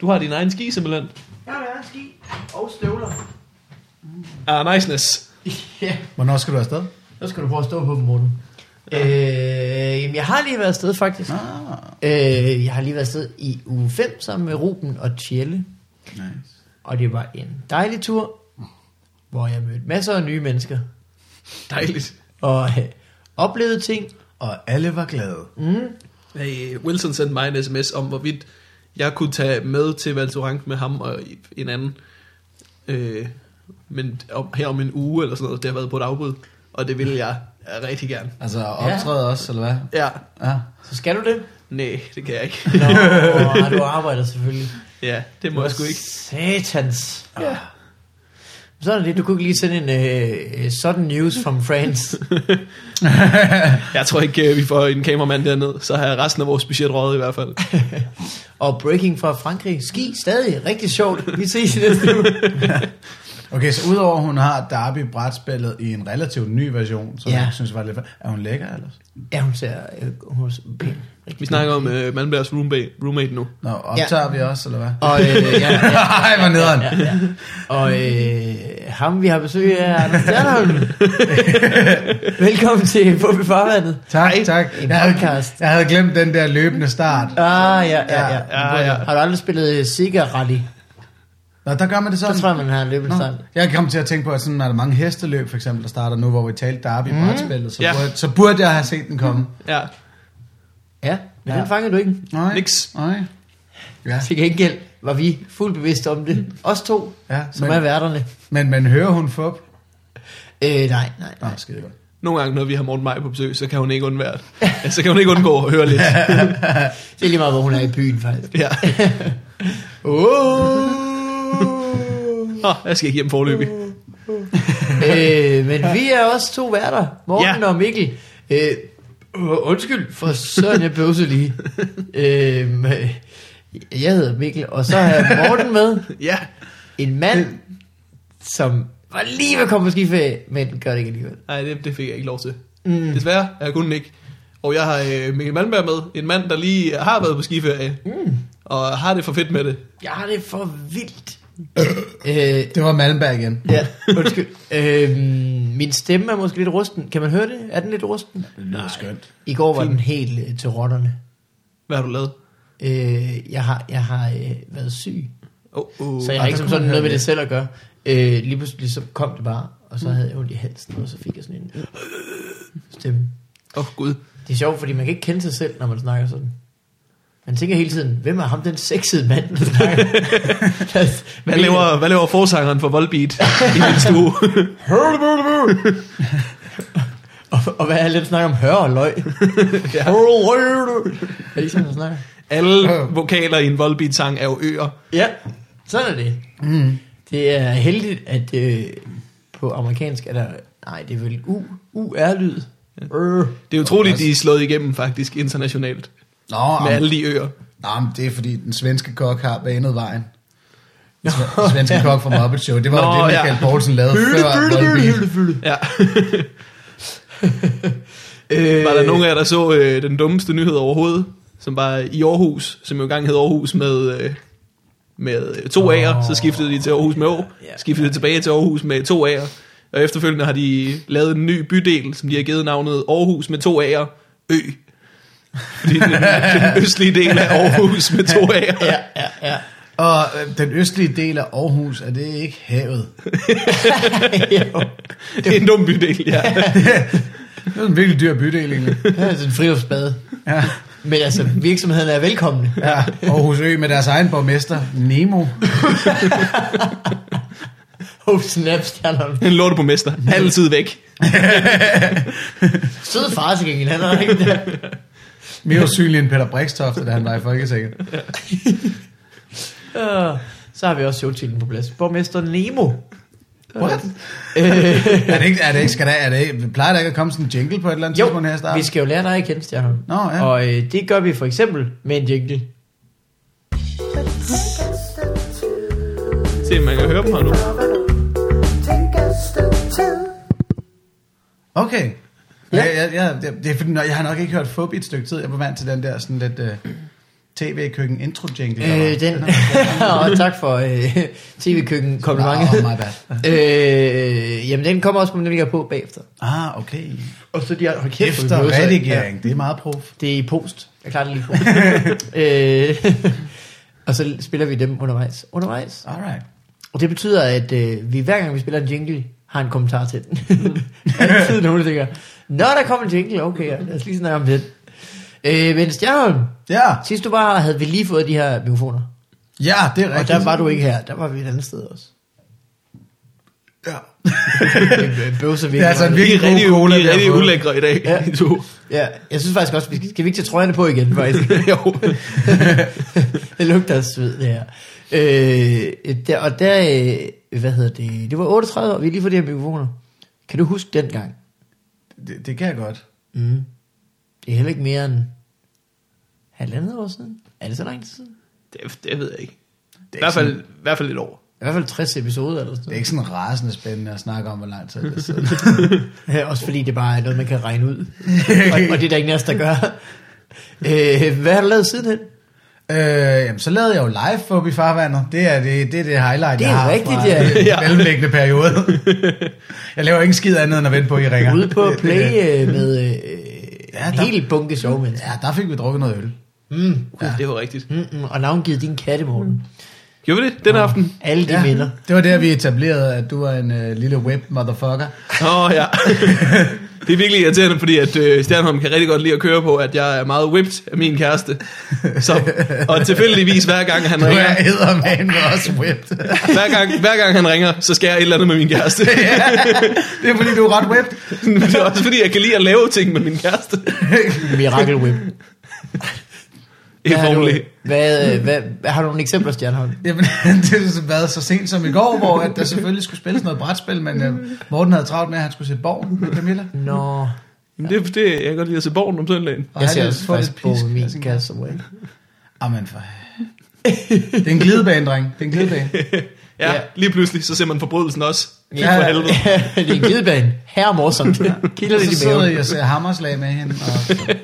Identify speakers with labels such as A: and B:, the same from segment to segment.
A: Du har din egen ski simpelthen.
B: Jeg har været ski og støvler.
A: Ah, niceness.
B: ja,
C: Hvornår skal du afsted?
B: nu skal du prøve at stå på dem, Morten. Ja. Øh, jamen, jeg har lige været afsted, faktisk.
C: Ah,
B: Øh, jeg har lige været afsted i uge 5 sammen med Ruben og Tjelle.
C: nice.
B: Og det var en dejlig tur, hvor jeg mødte masser af nye mennesker.
A: Dejligt.
B: Og øh, oplevede ting.
C: Og alle var glade.
B: Mm.
A: Hey, Wilson sendte mig en sms om, hvorvidt jeg kunne tage med til Valtorank med ham og en anden. Øh, men om, her om en uge eller sådan noget, det har været på et afbud. Og det ville jeg rigtig gerne.
C: Altså optræde ja. også, eller hvad?
A: Ja,
C: Ja.
B: Så skal du det?
A: nej, det kan jeg ikke.
B: Nå, og du arbejder selvfølgelig.
A: ja, det må jeg sgu ikke.
B: Satans. Ja. Sådan er det. Du kunne ikke lige sende en øh, sådan news from France.
A: Jeg tror ikke, øh, vi får en kameramand derned, så har jeg resten af vores budget røget i hvert fald.
B: og breaking fra Frankrig. Ski stadig. Rigtig sjovt. Vi ses i næste uge.
C: Okay, så udover at hun har Derby brætspillet i en relativt ny version, som
B: Ja.
C: ja. jeg synes var lidt... Er hun lækker ellers?
B: Ja, hun ser øh, hun ser pæn. Rigtig
A: Vi snakker om øh, Malmbergs roommate, roommate nu.
C: Nå, optager ja. vi også, eller hvad?
B: Og, øh, ja, ja,
C: Ej, hvor nederen.
B: ja, ja. og øh, ham vi har besøg af, er Anders Stjernholm. Velkommen til Bobby Farvandet.
C: Tak, tak.
B: en
C: Jeg havde,
B: podcast.
C: jeg havde glemt den der løbende start.
B: Ah, ja, ja, ja.
A: Ja, ja.
B: Har du aldrig spillet Sigar Rally?
C: Nå, der gør man det sådan.
B: Så tror jeg, man har løbet
C: Nå,
B: sådan.
C: jeg kom til at tænke på, at sådan, når der er mange hesteløb, for eksempel, der starter nu, hvor vi talte derby mm. brætspillet, så,
A: Ja.
C: burde, så burde jeg have set den komme.
B: Mm.
A: Ja,
B: Ja, men ja.
C: Ja.
B: den fanger du ikke.
C: Nej.
A: Niks.
C: Nej. Ja,
B: Til gengæld var vi fuldt bevidste om det. Os to,
C: ja.
B: som er
C: Men,
B: værterne.
C: men, men hører hun fup?
B: Øh, nej, nej,
C: Nå,
B: nej.
C: skide godt.
A: nogle gange, når vi har Morten Maj på besøg, så kan hun ikke undvære det. Ja, så kan hun ikke undgå at høre lidt.
B: Det er lige meget, hvor hun er i byen, faktisk.
A: Ja.
B: Oh!
A: Nå, jeg skal ikke hjem forløbig.
B: øh, men vi er også to værter, Morten ja.
A: Ja.
B: og Mikkel. Øh, øh, undskyld, for søren, jeg bøvser lige. øh, jeg hedder Mikkel, og så har jeg Morten med.
A: Ja,
B: En mand, som var lige ved at komme på skiferie, men gør det ikke alligevel.
A: nej, det, det fik jeg ikke lov til. Mm. Desværre, jeg kunne den ikke. Og jeg har øh, Mikkel Malmberg med, en mand, der lige har været på skiferie, mm. og har det for fedt med det.
B: Jeg har det for vildt. øh,
C: Det var Malmberg igen.
B: Ja, undskyld. øhm, min stemme er måske lidt rusten. Kan man høre det? Er den lidt rusten?
C: Det lyder skønt.
B: I går var den helt øh, til rotterne.
A: Hvad har du lavet?
B: Øh, jeg har, jeg har øh, været syg,
A: Oh, oh.
B: så jeg
C: ah,
B: har ikke
C: der
B: som
C: kunne
B: sådan
C: man høre
B: noget med
C: det.
B: det selv at gøre. Øh, lige pludselig så kom det bare, og så havde jeg ondt i halsen, og så fik jeg sådan en øh, stemme.
A: oh, Gud.
B: Det er sjovt, fordi man kan ikke kende sig selv, når man snakker sådan. Man tænker hele tiden, hvem er ham den sexede mand, der snakker?
A: Hvad laver, hvad laver forsangeren for Volbeat i min stue?
B: Og, og hvad er det, der snakker om hør og løg?
A: Ja.
B: Er det ikke sådan, man snakker?
A: Alle vokaler i en Volbeat-sang er jo øer.
B: Ja, sådan er det. Mm. Det er heldigt, at øh, på amerikansk er der... Nej, det er vel U, UR-lyd. Øh.
A: Det er utroligt, de er slået igennem faktisk internationalt
C: Nå,
A: med
C: om,
A: alle de øer.
C: nå men det er fordi, den svenske kok har banet vejen. Den sve- svenske kok fra Muppet Show. Det var
A: Nå,
C: Nå, det, Michael
A: ja.
C: ja. Poulsen lavede før Volbeat.
A: Ja.
B: Øh,
A: Var der nogen af jer, der så øh, den dummeste nyhed overhovedet, som var i Aarhus, som jo engang hed Aarhus med, øh, med øh, to A'er, så skiftede de til Aarhus med Å,
B: ja,
A: skiftede tilbage til Aarhus med to A'er, og efterfølgende har de lavet en ny bydel, som de har givet navnet Aarhus med to A'er, Ø. Fordi det er den, den østlige del af Aarhus med to A'er.
B: Ja, ja, ja.
C: Og øh, den østlige del af Aarhus, er det ikke havet?
B: jo.
A: Det er en dum bydel, ja.
C: Det er en virkelig dyr bydel egentlig.
B: Det er altså en friluftsbade.
C: Ja,
B: Men altså, virksomheden er velkomne.
C: ja. Aarhus Ø med deres egen borgmester, Nemo.
B: Oh, snap, stjernerne.
A: En lorteborgmester. Altid væk.
B: Sød far til gengæld, han er ikke der.
C: Mere usynlig end Peter Brikstofte, da han var i Folketinget.
B: Øh, Så har vi også showtitlen på plads. Borgmester Nemo.
C: What?
B: Øh,
C: Er det ikke, er det ikke, skal der, er det ikke, plejer der ikke at komme sådan en jingle på et eller andet
B: jo,
C: tidspunkt her i starten?
B: vi skal jo lære dig at kende, Stjernholm.
C: Nå, ja.
B: Og øh, det gør vi for eksempel med en jingle.
A: Se, man kan høre dem her nu.
C: Okay.
B: Ja.
C: Ja. Jeg, jeg, jeg, det, det er fordi, når- jeg har nok ikke hørt fup i et stykke tid. Jeg var vant til den der sådan lidt... Øh, tv-køkken intro-jingle. der var.
B: Øh, den. og tak for øh, tv-køkken komplimentet.
C: Ah, oh, my bad.
B: øh, jamen, den kommer også på, men den ligger på bagefter.
C: Ah, okay.
B: Og så de har, hold kæft, hvor
C: Efter
B: vi blev så-
C: redigering, det er meget prof.
B: Det er i post. Jeg klarer det lige i post. øh, og så spiller vi dem undervejs. Undervejs.
C: Alright.
B: Og det betyder, at øh, vi hver gang vi spiller en jingle, har en kommentar til den. Altid nogen, der tænker, Nå, der kom en jingle, okay, ja, lad os lige snakke om den. Øh, men Stjernholm,
C: Ja,
B: sidst du var her, havde vi lige fået de her mikrofoner.
C: ja, det er
B: Og
C: rigtigt.
B: der var du ikke her, der var vi et andet sted også.
C: Ja.
B: Det bøvser
C: Det er altså en virkelig
A: De er rigtig,
C: god cola,
A: de er
C: vi
A: rigtig
C: har fået.
A: ulækre i dag,
B: Ja.
A: ja. de to.
B: Ja, jeg synes faktisk også, vi skal, skal vi ikke tage trøjerne på igen, faktisk? jo. det lugter af sved, det her. Øh, der, og der, øh, hvad hedder det, det var 38 år, vi har lige fået de her mikrofoner. Kan du huske dengang?
C: Det, det kan jeg godt.
B: Mm. Det er heller ikke mere end halvandet år siden. Er det så lang tid siden?
A: Det, det ved jeg ikke. I
C: Det er
A: hvert
C: ikke,
A: fald,
C: sådan,
A: i hvert fald et år.
B: I hvert fald 60 episoder eller sådan
C: det er ikke sådan rasende spændende at snakke om, hvor lang tid det er siden.
B: noget. Også fordi det bare er noget, man kan regne ud. og, og det er der ikke næste, der gør. øh, hvad har du lavet sidenhen?
C: øh, jamen, så lavede jeg jo live Fup i farvandet. Det er det, det, er det highlight,
B: Det er
C: jeg har
B: rigtigt,
C: fra
B: ja.
C: den
A: Ja.
C: mellemliggende periode. jeg laver ikke en skid andet, end at vente på, at I ringer.
B: Ude på
C: Det- det-
B: play øh, med øh, ja,
C: Ja,
B: en
C: der-
B: hel bunke showmænd.
C: Ja, der fik vi drukket noget øl.
B: Mm,
A: Uh, Det var rigtigt.
B: mm, mm, og navngivet din katte, Morten.
A: Gjorde vi det den aften?
B: Alle de ja.
C: Ja,
B: minder.
C: det var der, vi etablerede, at du var en øh, lille web-motherfucker.
A: Åh, oh, ja. det er virkelig irriterende, fordi at øh, Stjernholm kan rigtig godt lide at køre på, at jeg er meget whipped af min kæreste. Så, og tilfældigvis, hver gang han
C: Du
A: ringer,
C: er eddermame også whipped.
A: hver gang, hver gang han ringer, så skal jeg et eller andet med min kæreste.
C: det er fordi, du er ret whipped.
A: Men det er også fordi, jeg kan lide at lave ting med min kæreste.
B: Miracle Whip.
A: Helt
B: har, du,
A: formelig.
B: hvad, øh, hvad, hvad, har du nogle eksempler, Stjernholm?
C: Jamen, det har været så sent som i går, hvor at der selvfølgelig skulle spilles noget brætspil, men øh, Morten havde travlt med, at han skulle se Borgen med Camilla.
B: Nå,
A: Jamen, det, det, jeg kan godt lide at se Borgen om søndagen.
C: Og
B: jeg
C: han
B: ser
C: ville
B: også
C: få
B: faktisk
C: lidt
B: på
C: pisk altså. af
B: min
C: sin-
B: kasse som regel.
C: Amen, for... Det er en glidebane, dreng. Det er en glidebane.
A: Ja,
B: Ja.
A: ja. lige pludselig, så ser man forbrydelsen også. Ja.
C: Ja.
A: For helvede.
B: det er en glidebane. Her er morsomt. Kilder lidt
C: Og så
B: i
C: sidder
B: maven.
C: jeg og ser hammerslag med hende. Og...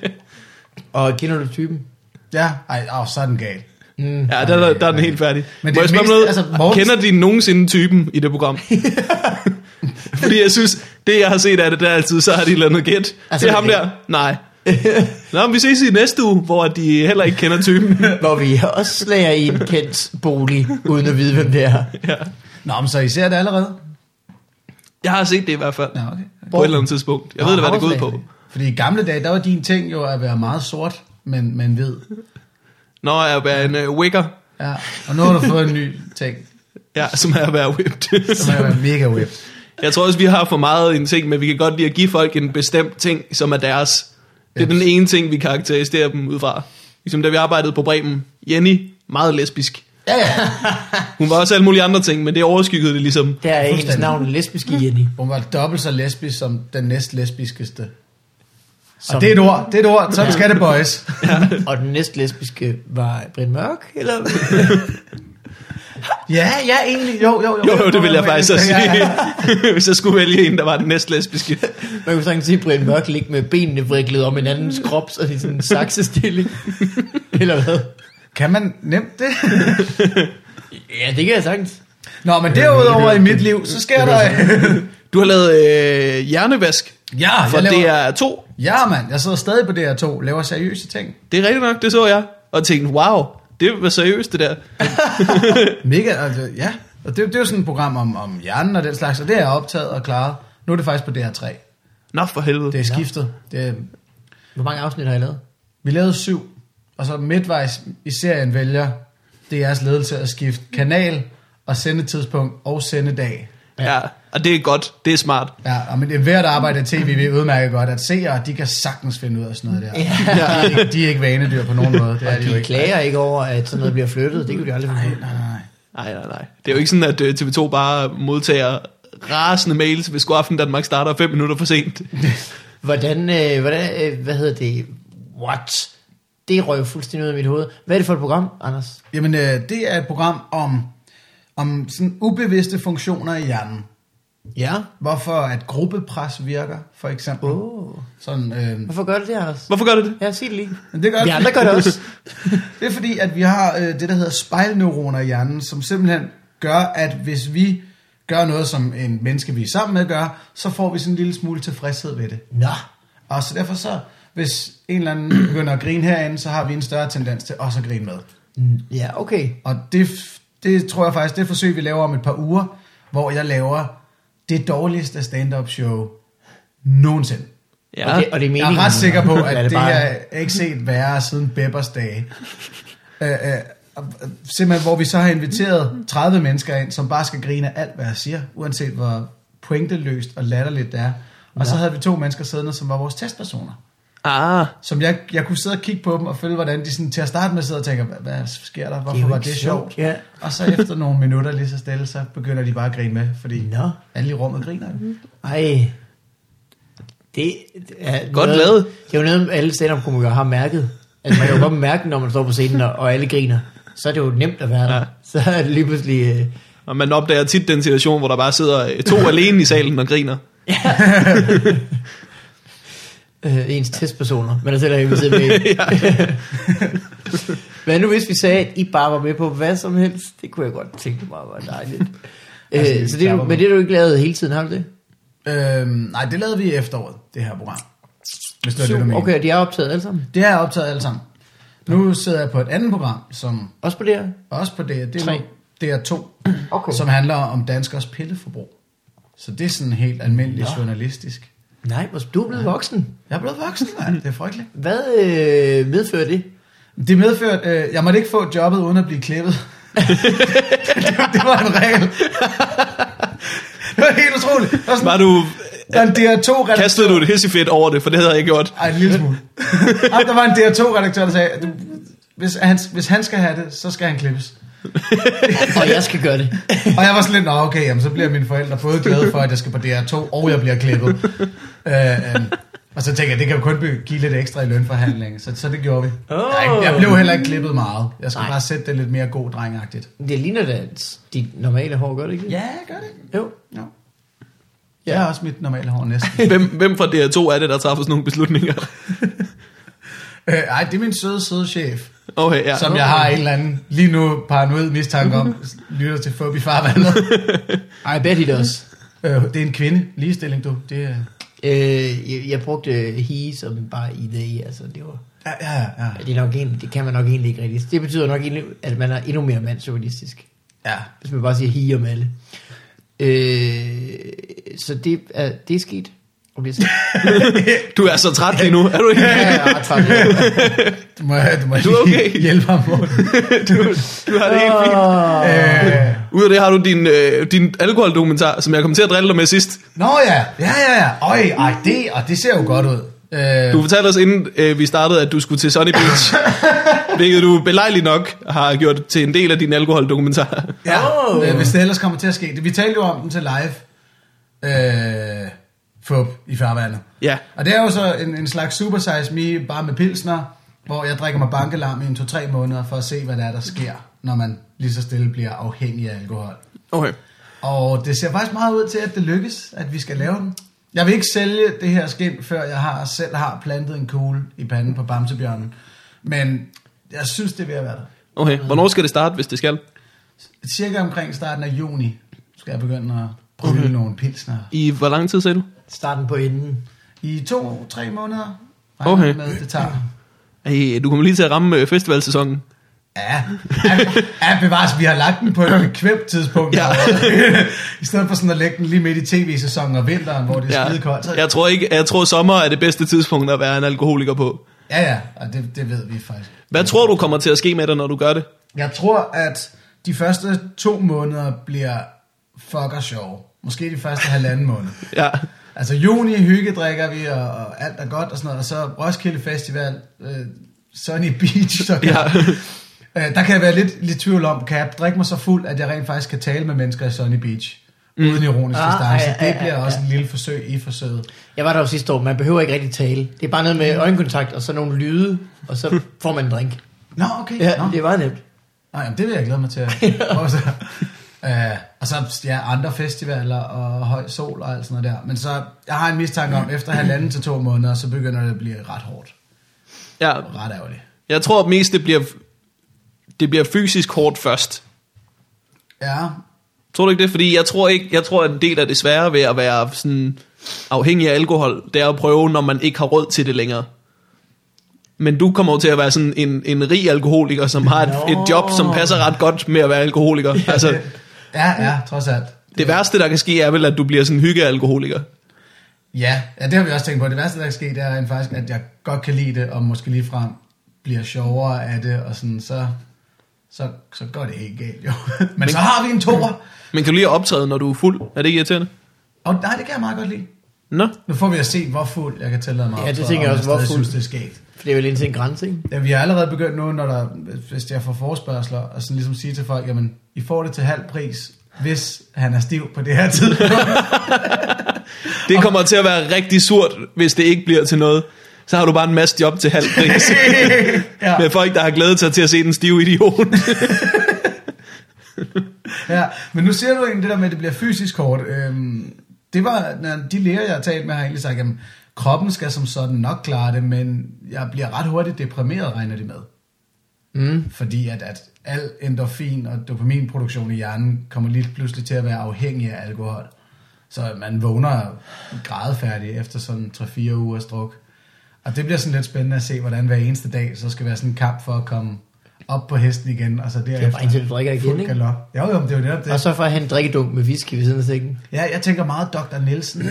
B: Og kender du typen?
C: Ja, ej, åh, så er den gal.
B: Mm.
A: Ja, der, der, der er den helt færdig. Men
C: Men det
A: Må jeg spørge om
C: mest-
A: noget?
C: altså,
A: Altså,
C: Morten-
A: Kender de nogensinde typen i det program? Fordi jeg synes, det jeg har set af det der altid, så har de lavet noget gæt.
B: Altså,
A: Altså, det er ham
B: okay.
A: der? Nej. Nå, men vi ses i næste uge, hvor de heller ikke kender typen.
B: Hvor vi også slager i en kendt bolig, uden at vide, hvem det er.
A: Ja.
C: Nå, men så I ser det allerede?
A: Jeg har set det i hvert fald.
C: Ja, okay.
A: På et eller andet tidspunkt. Jeg
B: Nå,
A: ved da, hvad det går ud på.
B: havreslag.
C: Fordi i gamle dage, der var din ting jo at være meget sort, men, men hvid.
A: Nå, jeg er en uh, wicker.
C: Ja, og nu har du fået en ny ting,
A: Ja, som er at være whipped.
C: som er mega whipped.
A: jeg tror også, vi har for meget en ting, men vi kan godt lide at give folk en bestemt ting, som er deres. Det er den ene ting, vi karakteriserer dem ud fra. Ligesom da vi arbejdede på Bremen. Jenny, meget lesbisk.
C: Ja, ja.
A: Hun var også alle mulige andre ting, men det overskyggede det ligesom.
B: Der er ens
C: Fuldstændig.
B: navn lesbiske Jenny.
C: Hun var dobbelt så lesbisk som den næst lesbiskeste.
B: Som,
C: Og det er et ord, det er et ord. Sådan skal det, boys.
B: og den næst lesbiske var Brian Mørk, eller?
C: Ja, ja, egentlig. Jo, jo, jo.
A: Jo, jo, det ville jeg faktisk også
C: Ja,
A: sige.
C: ja.
A: Hvis jeg skulle vælge en, der var den næst lesbiske.
B: Man kunne sagtens sige, at Brian Mørk ligge med benene vriklet om hinandens krop, så det er sådan en saksestilling. eller hvad?
C: Kan man nemt det?
B: Ja, det kan jeg sagtens.
C: Nå, men derudover i mit liv, så sker der...
A: Du har lavet øh, hjernevask
C: Ja,
A: fra
C: Ah, jeg laver...
A: DR2.
C: Ja, mand. Jeg sidder stadig på DR2, laver seriøse ting.
A: Det er rigtigt nok, det så jeg. Og tænkte, wow, det var seriøst det der.
C: Mega, altså, ja. Og det, det er jo sådan et program om, om hjernen og den slags, og det er jeg optaget og klaret. Nu er det faktisk på DR3.
A: Nå for helvede.
C: Det er skiftet. Det er,
B: Hvor mange afsnit har I lavet?
C: vi lavede syv, og så midtvejs i serien vælger DR's ledelse at skifte kanal og sendetidspunkt og sendedag.
A: Ja, og det er godt. Det er smart.
C: Ja, og men hvert arbejde af tv ved udmærket godt, at seere, de kan sagtens finde ud af sådan noget der.
B: Ja.
C: De, er ikke, de er ikke vanedyr på nogen måde. Det er
B: Og
C: de jo
B: de
C: ikke.
B: klager ikke over, at sådan noget bliver flyttet. Det kunne de aldrig finde. på.
C: Nej, nej.
A: Nej, nej, nej. Det er jo ikke sådan, at øh, TV2 bare modtager rasende mails, hvis Godaften Danmark starter 5 minutter for sent.
B: Hvordan, øh, hvordan øh, hvad hedder det? What? Det røg jo fuldstændig ud af mit hoved. Hvad er det for et program, Anders?
C: Jamen, øh, det er et program om, om sådan ubevidste funktioner i hjernen.
B: Ja.
C: Hvorfor at gruppepres virker, for eksempel.
B: Oh.
C: Sådan, øh,
B: Hvorfor gør det det, Anders?
A: Hvorfor gør du det?
B: Ja, sig det lige.
C: men det gør
B: Vi andre gør det også.
C: Det er fordi, at vi har øh, det, der hedder spejlneuroner i hjernen, som simpelthen gør, at hvis vi gør noget, som en menneske, vi er sammen med, gør, så får vi sådan en lille smule tilfredshed ved det.
B: Nå.
C: Og så derfor så, hvis en eller anden begynder at grine herinde, så har vi en større tendens til også at grine med.
B: Mm, Ja, okay.
C: Og det, f- det tror jeg faktisk, det forsøg, vi laver om et par uger, hvor jeg laver det dårligste stand-up show nogensinde.
A: Ja.
B: Og det, og det er meningen.
C: Jeg er ret sikker på,
B: Eller er
C: at det,
B: bare-
C: her er ikke set værre siden Beppers dage. Øh, øh, simpelthen, hvor vi så har inviteret 30 mennesker ind, som bare skal grine af alt, hvad jeg siger, uanset hvor pointeløst og latterligt det er. Og så
B: Ja.
C: havde vi to mennesker siddende, som var vores testpersoner.
A: Ah,
C: Som jeg, jeg kunne sidde og kigge på dem og følge, hvordan de sådan, til at starte med sidder og tænker, hvad, hvad sker der?
B: Det er
C: Hvorfor
B: jo
C: var
B: ikke
C: det
B: sjovt,
C: sjovt?
B: ja.
C: Og så efter nogle minutter lige så stille, så begynder de bare at grine med, fordi
B: Nå.
C: alle i rummet griner. jo.
B: Ej. Det er
A: Godt
B: noget,
A: lavet.
B: Det er jo noget, alle stand-up-komikere har mærket. Altså, man kan jo godt mærke, når man står på scenen, og, og alle griner. Så er det jo nemt at være der.
A: Ja.
B: Så er det lige pludselig... Øh,
A: og man opdager tit den situation, hvor der bare sidder øh, to alene i salen og griner.
B: øh, ens testpersoner, man er selv inviteret med. i. hvad nu hvis vi sagde, at I bare var med på hvad som helst? Det kunne jeg godt tænke mig var dejligt.
C: Altså,
B: øh,
C: vi
B: så det, er
C: klapper
B: du- men det har du ikke lavet hele tiden, har du det?
C: Øhm, nej, det lavede vi i efteråret, det her program. Hvis det er det, du mener.
B: Okay, og de er optaget alle sammen?
C: Det har jeg optaget alle sammen. Nu sidder jeg på et andet program, som
B: Også på det her?
C: også på DR, det er,
B: Tre.
C: nu DR2,
B: Okay.
C: som handler om danskers pilleforbrug. Så det er sådan helt almindeligt
B: Nå.
C: journalistisk.
B: Nej, hvor du er blevet voksen.
C: Jeg er blevet voksen, mand. Det er frygteligt.
B: Hvad øh, medfører det?
C: Det medførte, øh, jeg måtte ikke få jobbet uden at blive klippet. det, det var en regel. det var helt utroligt. Det var sådan,
A: Var du, øh,
C: der er en DR2-redaktør.
A: kastede du et hissefedt over det, for det havde jeg gjort.
C: Ej, en lille smule. Ej, der var en DR2-redaktør, der sagde, du, hvis, han, hvis han skal have det, så skal han klippes.
B: Og jeg skal gøre det.
C: Og jeg var sådan lidt, nå okay, jamen, så bliver mine forældre både glade for, at jeg skal på DR2, og jeg bliver klippet. Øh, øh, og så tænkte jeg, det kan jo kun be- give lidt ekstra i lønforhandling, så, så det gjorde vi.
B: Åh.
C: Jeg, jeg blev heller ikke klippet meget. Jeg skulle
B: Nej.
C: bare sætte det lidt mere god drengagtigt.
B: Det ligner da dit normale hår, gør det ikke det?
C: Ja, gør det.
B: Jo.
C: Jo. Jeg har også mit normale hår næsten.
A: Hvem, hvem fra DR2 er det, der træffer sådan nogle beslutninger?
C: øh, ej, det er min søde, søde chef,
A: Okay, ja.
C: ja, som jeg har en eller anden lige nu paranoid mistanke om, lytter til Fobi Farvandet.
B: I bet it does.
C: øh, det er en kvinde. Ligestilling, du. Det er...
B: Øh, jeg, jeg brugte he som bare i they, altså det var...
C: Ja, ja, ja.
B: Ja, Det, er nok egentlig, det kan man nok egentlig ikke rigtigt. Det betyder nok egentlig, at man er endnu mere mandsjournalistisk.
C: ja.
B: Hvis man bare siger hi om alle. Øh, så det er, det er sket. Og bliver sagt.
A: Du er så træt lige nu, er du ikke?
B: Ja, jeg er ret træt af det.
C: Du må, du må
A: Du er
C: lige
A: okay.
C: hjælpe ham på det.
A: Du, du har det helt fint.
C: Øh,
A: Ud af det har du din, øh, din alkoholdokumentar, som jeg kom til at drille dig med sidst.
C: Nå ja, ja, ja, ja. Øj, ej, det, og det ser jo godt ud. Øh,
A: Du fortalte os, inden øh, vi startede, at du skulle til Sunny Beach. hvilket du belejligt nok har gjort til en del af din alkoholdokumentar.
C: ja,
B: Åh.
C: øh, hvis det ellers kommer til at ske. Det- Vi talte jo om den til live. Øh, fup i farvandet.
A: ja.
C: Og det er jo så en, en slags super size me, bare med pilsner, hvor jeg drikker mig bankelarm i en to-tre måneder, for at se, hvad der er, der sker, når man lige så stille bliver afhængig af alkohol.
A: Okay.
C: Og det ser faktisk meget ud til, at det lykkes, at vi skal lave den. Jeg vil ikke sælge det her skin, før jeg har, selv har plantet en kugle i panden på Bamsebjørnen. Men jeg synes, det er ved at være der.
A: Okay, hvornår skal det starte, hvis det skal?
C: Cirka omkring starten af juni skal jeg begynde at brygge okay. nogle pilsner.
A: I hvor lang tid sagde du?
B: Starten på enden.
C: I to-tre måneder regner jeg
A: Okay.
C: med, det tager.
A: Hey, du kommer lige til at ramme øh, festivalsæsonen.
C: Ja, ja, ja, bevares, vi har lagt den på et bekvemt tidspunkt.
A: Ja.
C: Ja. I stedet for sådan at lægge den lige midt i tv-sæsonen og vinteren, hvor det er skide koldt. Så...
A: Jeg tror ikke, jeg tror sommer er det bedste tidspunkt at være en alkoholiker på.
C: Ja, ja, og det, det ved vi faktisk.
A: Hvad tror du kommer til at ske med dig, når du gør det?
C: Jeg tror, at de første to måneder bliver fucker sjov. Måske de første halvanden måned.
A: Ja.
C: Altså juni hygge drikker vi, og, og alt er godt og sådan noget. Og så Roskilde Festival, øh, Sunny Beach. Så kan,
A: Ja.
C: øh, der kan jeg være lidt, lidt tvivl om, kan jeg drikke mig så fuld, at jeg rent faktisk kan tale med mennesker i Sunny Beach? Mm. Uden ironisk
B: Ah,
C: distance.
B: ja, ja,
C: det bliver
B: ja,
C: også en lille forsøg i forsøget.
B: Jeg var der jo sidste år, man behøver ikke rigtig tale. Det er bare noget med øjenkontakt og så nogle lyde, og så får man en drink.
C: Nå, okay.
B: Ja,
C: Nå.
B: det var nemt.
C: Nå, jamen, det vil jeg glæde mig til at prøve så. Øh, og så ja, andre festivaler og høj sol og alt sådan noget der. Men så, jeg har en mistanke om, efter halvanden til to måneder, så begynder det at blive ret hårdt.
A: Ja,
C: Og ret ærgerligt.
A: jeg tror mest, det bliver, det bliver fysisk hårdt først.
C: Ja,
A: Tror du ikke det? Fordi jeg tror ikke, jeg tror, at en del af det svære ved at være sådan afhængig af alkohol, det er at prøve, når man ikke har råd til det længere. Men du kommer jo til at være sådan en, en rig alkoholiker, som har et,
B: Nå.
A: et job, som passer ret godt med at være alkoholiker. Ja, altså, det,
C: ja, ja, trods alt.
A: det værste, der kan ske, er vel, at du bliver sådan en hyggealkoholiker.
C: Ja, ja, det har vi også tænkt på. Det værste, der kan ske, det er rent faktisk, at jeg godt kan lide det, og måske ligefrem bliver sjovere af det, og sådan, så, så, så går det helt galt, jo. Men så har vi en toer.
A: Men kan du lige optræde, når du er fuld? Er det ikke irriterende?
C: Og nej, det kan jeg meget godt lide.
A: Nå,
C: Nu får vi at se, hvor fuld jeg kan tillade mig.
B: Ja, det
C: optræde,
B: tænker jeg
C: om
B: også,
C: stadig
B: hvor fuld.
C: synes, det er skægt.
B: For det er vel indtil en grænse, ikke?
C: Ja, vi har allerede begyndt nu, når der, hvis jeg får forspørgseler, og sådan ligesom sige til folk, jamen, I får det til halv pris, hvis han er stiv på det her tidspunkt.
A: det kommer til at være rigtig surt, hvis det ikke bliver til noget. Så har du bare en masse job til halv pris.
C: ja,
A: Med folk, der har glædet sig til at se den stive idiot.
C: ja. Men nu ser du egentlig det der med, at det bliver fysisk hårdt. Øhm, det var, når de læger, jeg har talt med, har egentlig sagt, jamen, kroppen skal som sådan nok klare det, men jeg bliver ret hurtigt deprimeret, regner de med.
B: Mm.
C: Fordi at, at al endorfin og dopaminproduktion i hjernen kommer lige pludselig til at være afhængig af alkohol. Så man vågner grædefærdig efter sådan 3-4 ugers druk. Og det bliver sådan lidt spændende at se, hvordan hver eneste dag så skal være sådan en kamp for at komme op på hesten igen, og så derefter
B: bare indtil du drikker igen,
C: fuld
B: ikke?
C: galop. Jo, jo, men det er jo netop
B: Og
C: det.
B: så får han en drikkedunk med whisky ved siden af sengen.
C: Ja, jeg tænker meget Dr. Nielsen.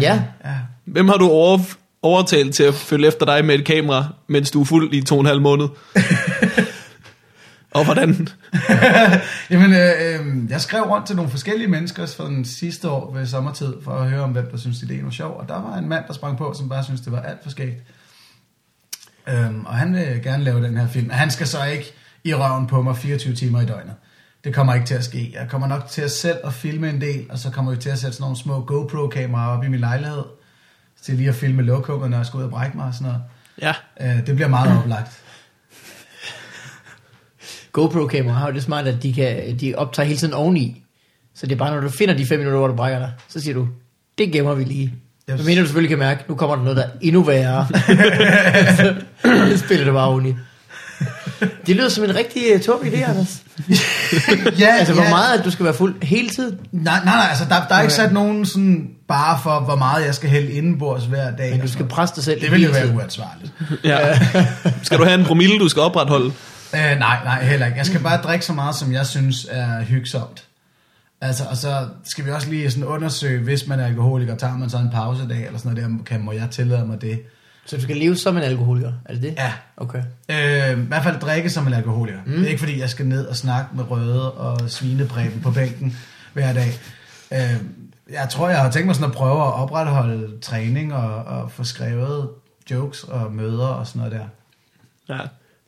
B: Ja.
C: ja.
A: Hvem har du over, overtalt til at følge efter dig med et kamera, mens du er fuld i to og en halv måned? og hvordan?
C: Jamen, øh, øh, jeg skrev rundt til nogle forskellige mennesker fra den sidste år ved sommertid, for at høre om, hvem der synes ideen var sjov. Og der var en mand, der sprang på, som bare synes det var alt for skægt. Øhm, og han vil gerne lave den her film. Han skal så ikke i røven på mig 24 timer i døgnet. Det kommer ikke til at ske. Jeg kommer nok til at selv at filme en del, og så kommer vi til at sætte sådan nogle små GoPro-kameraer op i min lejlighed, til lige at filme lokummerne, når jeg skal ud og brække mig og sådan noget.
A: Ja,
C: Øh, det bliver meget oplagt.
B: GoPro-kamera har jo det smart, at de, kan, de optager hele tiden oveni. Så det er bare, når du finder de fem minutter, hvor du brækker dig, så siger du, det gemmer vi lige.
C: Yes.
B: Yes. Men mener du selvfølgelig kan mærke, nu kommer der noget, der er endnu værre. så spiller det bare oveni. Det lyder som en rigtig uh, top idé, Anders.
C: ja,
B: Altså, hvor meget at du skal være fuld hele tiden.
C: Nej, nej, nej, altså der, der er ikke sat nogen sådan bare for, hvor meget jeg skal hælde indenbords hver dag. altså.
B: Men du skal presse dig selv
C: Det vil jo
B: hele
C: være
B: tiden.
C: uansvarligt.
A: ja. Skal du have en promille, du skal opretholde?
C: Øh, nej, nej, heller ikke. Jeg skal bare drikke så meget, som jeg synes er hyggesomt. Altså, og så skal vi også lige sådan undersøge, hvis man er alkoholiker, tager man så en pausedag eller sådan noget der, kan, må jeg tillade mig det?
B: Så du skal leve som en alkoholiker, er det det?
C: Ja,
B: Okay.
C: øh, i hvert fald drikke som en alkoholiker. Mm. Det er ikke fordi, jeg skal ned og snakke med røde og svinebræben på bænken hver dag. Øh, jeg tror, jeg har tænkt mig sådan at prøve at opretholde træning og, og få skrevet jokes og møder og sådan noget der.
A: Ja.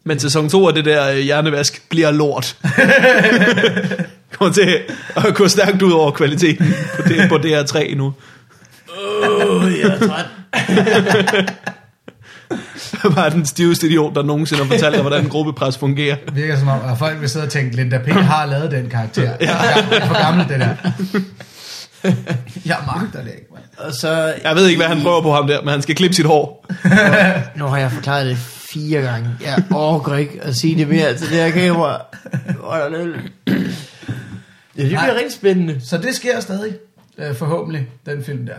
A: Men sæson 2 af det der øh, hjernevask bliver lort. Kommer til at gå stærkt ud over kvaliteten på, det, på DR3 nu.
B: Åh, oh, jeg er træt.
A: Bare den stiveste idiot, der nogensinde har fortalt dig, hvordan gruppepres fungerer.
C: Det virker som om, at folk vil sidde og tænke, Linda P. har lavet den karakter. Jeg er for gammel- for gammel, det der. Jeg magter det ikke, mand.
B: Og så,
A: Jeg ved ikke, hvad han prøver på ham der, men han skal klippe sit hår.
B: Nu har jeg forklaret det fire gange. Jeg orker ikke at sige det mere til det her kamera. Hvor er der lidt- Ja, det
C: Nej.
B: bliver rigtig spændende.
C: Så det sker stadig, øh, forhåbentlig, den film der.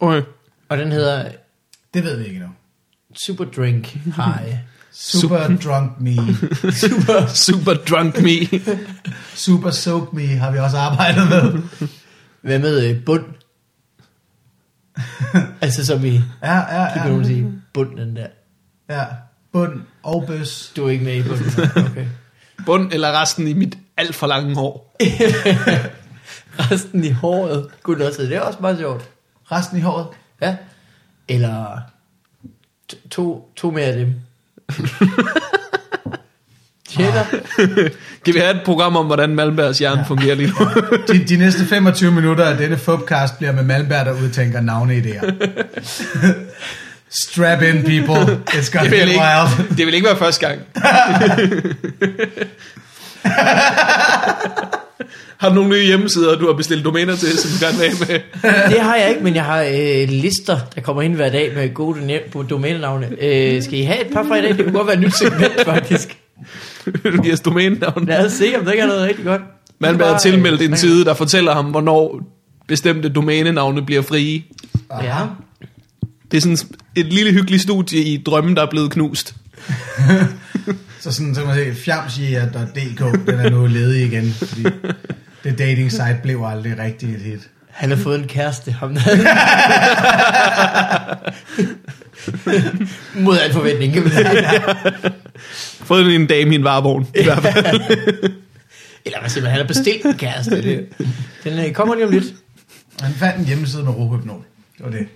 A: Okay.
B: Og den hedder
C: Det ved vi ikke endnu.
B: Super Drink High.
C: Super Drunk Me.
B: Super.
A: Super drunk me.
C: Super Soak Me har vi også arbejdet med.
B: Hvad med øh, bund? altså som i,
C: Ja, ja,
B: det kan
C: ja.
B: nogen sige, bunden der.
C: ja. Bund og bøs.
B: Du er ikke med i bunden. Okay.
A: Bund eller resten i mit alt for lange hår.
B: Resten i håret. Gud, det er også- det er også meget sjovt.
C: Resten i håret.
B: Ja. Eller to- to, to mere af dem. Tjener.
A: Kan vi have et program om, hvordan Malmbergs hjerne ja. fungerer lige nu?
C: De, de næste 25 minutter af denne fubcast bliver med Malmberg, der udtænker navneidéer. Strap in, people. It's gonna
A: Det
C: be
A: vil, ikke,
C: wild.
A: det vil ikke være første gang. Har du nogle nye hjemmesider, du har bestilt domæner til, som du gerne vil af med?
B: Det har jeg ikke, men jeg har øh, lister, der kommer ind hver dag med gode nem- på domænenavne. Øh, skal I have et par fra i dag? Det kunne godt være et nyt segment, faktisk.
A: du giver os domænenavn.
B: Lad os se, om der ikke er noget rigtig godt.
A: Man
B: Det er
A: bliver
B: bare,
A: tilmeldt
B: øh,
A: en side, der fortæller ham, hvornår bestemte domænenavne bliver frie.
B: Ja.
A: Ah. Det er sådan et lille hyggeligt studie i drømmen, der er blevet knust.
C: Så sådan, så kan man se, fjamsjæger.dk, den er nu ledig igen, fordi det dating site blev aldrig rigtig et hit.
B: Han har fået en kæreste, ham der. Mod al forventning, kan man sige.
A: Fået en dame i en varevogn, i hvert fald.
B: Eller hvad siger man, han har bestilt en kæreste. Det. Den øh, kommer lige om lidt.
C: Han fandt en hjemmeside med rohypnol. Det var det.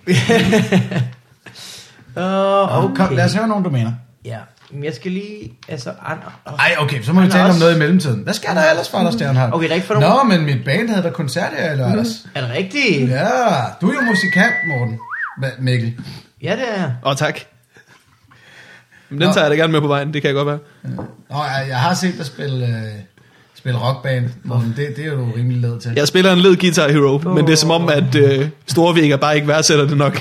B: Åh,
C: Og kom, lad os høre nogle domæner.
B: Ja, men jeg skal lige, altså, andre. Oh,
C: Ej, okay, så må vi
B: Han er
C: tale om
B: også- Mm.
C: noget i mellemtiden. Hvad sker der ellers for dig, Stjernhardt?
B: Okay, der er ikke for nogen-
C: Nå, men mit band havde der koncert her i lørdags.
B: er det rigtigt? Ja,
C: Ja, du er jo musikant, Morten. Ma- Mikkel.
B: ja det er
A: Åh, tak. Men den
C: Nå.
A: tager jeg da gerne med på vejen, det kan jeg godt være.
C: Nå, jeg, jeg har set dig spille, øh, spille rockband, Morten. Det, det er du rimelig led til.
A: Jeg spiller en led Guitar Hero, oh. men det er som om, at øh, Storvækker bare ikke værdsætter det nok.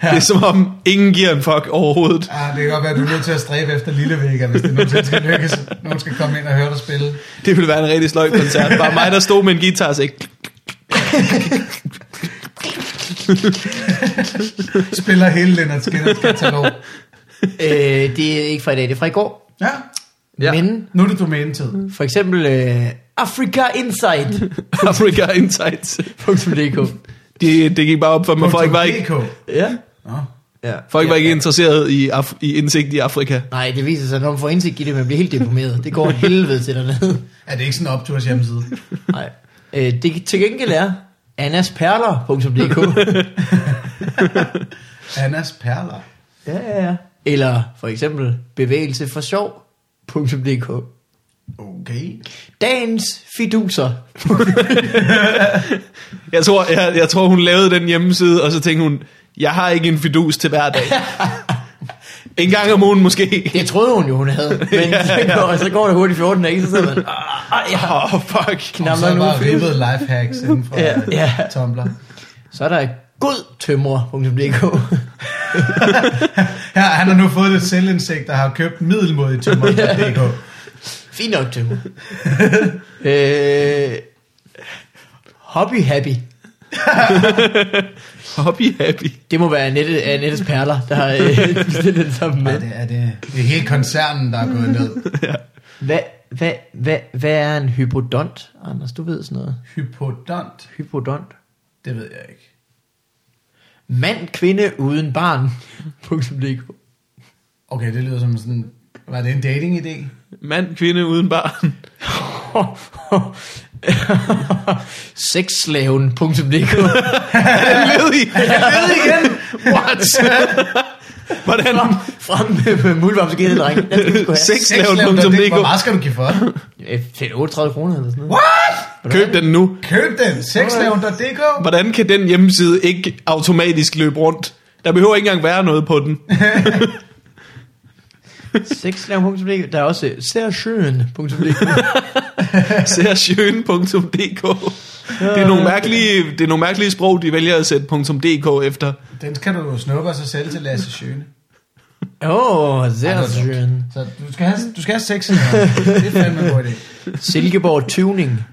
A: Det er som om, ingen giver en fuck overhovedet.
C: Ja, Ah, det kan godt være, at du er nødt til at stræbe efter Lille Vega, hvis det nogensinde skal lykkes. Nogen skal komme ind og høre dig spille.
A: Det ville være en rigtig sløj koncert. Bare mig, der stod med en guitar, så ikke...
C: Spiller hele Lennart Skinners katalog.
B: øh, Det er ikke fra i dag, det er fra i går.
C: Ja,
A: Ja.
B: Ja. Men
C: nu er det domænetid.
B: for eksempel øh, africainsight.dk
A: Africa Insights. Det, det gik bare op for mig. Folk var ikke,
C: .dk.
B: Ja.
C: Nå.
B: ja.
A: folk var ikke
B: ja.
A: interesseret i, Af- i indsigt i Afrika.
B: Nej, det viser sig, når man får indsigt i det, man bliver helt deprimeret. Det går af helvede til dernede.
C: Er det ikke sådan en opturs hjemmeside?
B: Nej. Øh, det til gengæld er annasperler.dk
C: Annas Perler.
B: Ja, ja, ja. Eller for eksempel bevægelse for sjov.dk
C: Okay.
B: Dagens fiduser.
A: Jeg tror, jeg, jeg tror, hun lavede den hjemmeside, og så tænkte hun, jeg har ikke en fidus til hver dag. en gang om ugen måske.
B: Det troede hun jo, hun havde. Men
A: Ja,
B: ja,
A: ja.
B: ja. Så, går, så går det hurtigt 14 dage, så sidder man, "Ah, ah, jeg har
A: Åh, oh, fuck.
C: Og så
B: knapper
C: er
B: nu.
C: bare rippet lifehacks inden for
B: Ja, ja.
C: Tumblr.
B: Så er der godtømrer.dk.
C: Her, han har nu fået lidt selvindsigt og har købt middelmodig tumblr.dk.
B: Fint nok tømrer. øh, hobby happy.
A: Hobby happy.
B: Det må være Annette, Annettes perler, der har øh, stillet den sammen
C: Er
B: med.
C: det, er det, det er hele koncernen, der er gået ned.
B: Hvad, hvad, hvad, hvad er en hypodont, Anders? Du ved sådan noget.
C: Hypodont,
B: Hypodont.
C: det ved jeg ikke.
B: Mand, kvinde uden barn. Punktum DK.
C: Okay, det lyder som sådan... Var det en dating-idé?
A: Mand, kvinde uden barn.
B: Sexslaven.dk
A: Er den ledig? Er den ledig igen? What? Hvordan?
B: Frem, frem med, med muldvarmskede, dreng. Den skal vi sgu have.
C: Sexslaven.dk. Hvor
A: Sexslaven.dk
C: meget skal du give for den?
B: Øh, Til 38 kroner eller sådan noget.
C: What?
A: Køb den nu.
C: Køb den! Sexslaven.dk.
A: Hvordan kan den hjemmeside ikke automatisk løbe rundt? Der behøver ikke engang være noget på den.
B: Sexslaven.dk. Der er også øh, sersjøen.dk.
A: Sersjøen.dk Det er nogle mærkelige, det er nogle mærkelige sprog, de vælger at sætte .dk efter.
C: Den kan du snuppe og så sælge til Lasse Sjøne.
B: Åh, oh,
C: Ej, det var dumt.
B: sersjøen.
C: Så du skal have, du skal have sexslaven. Det er fandme en god idé.
B: Silkeborg Tuning.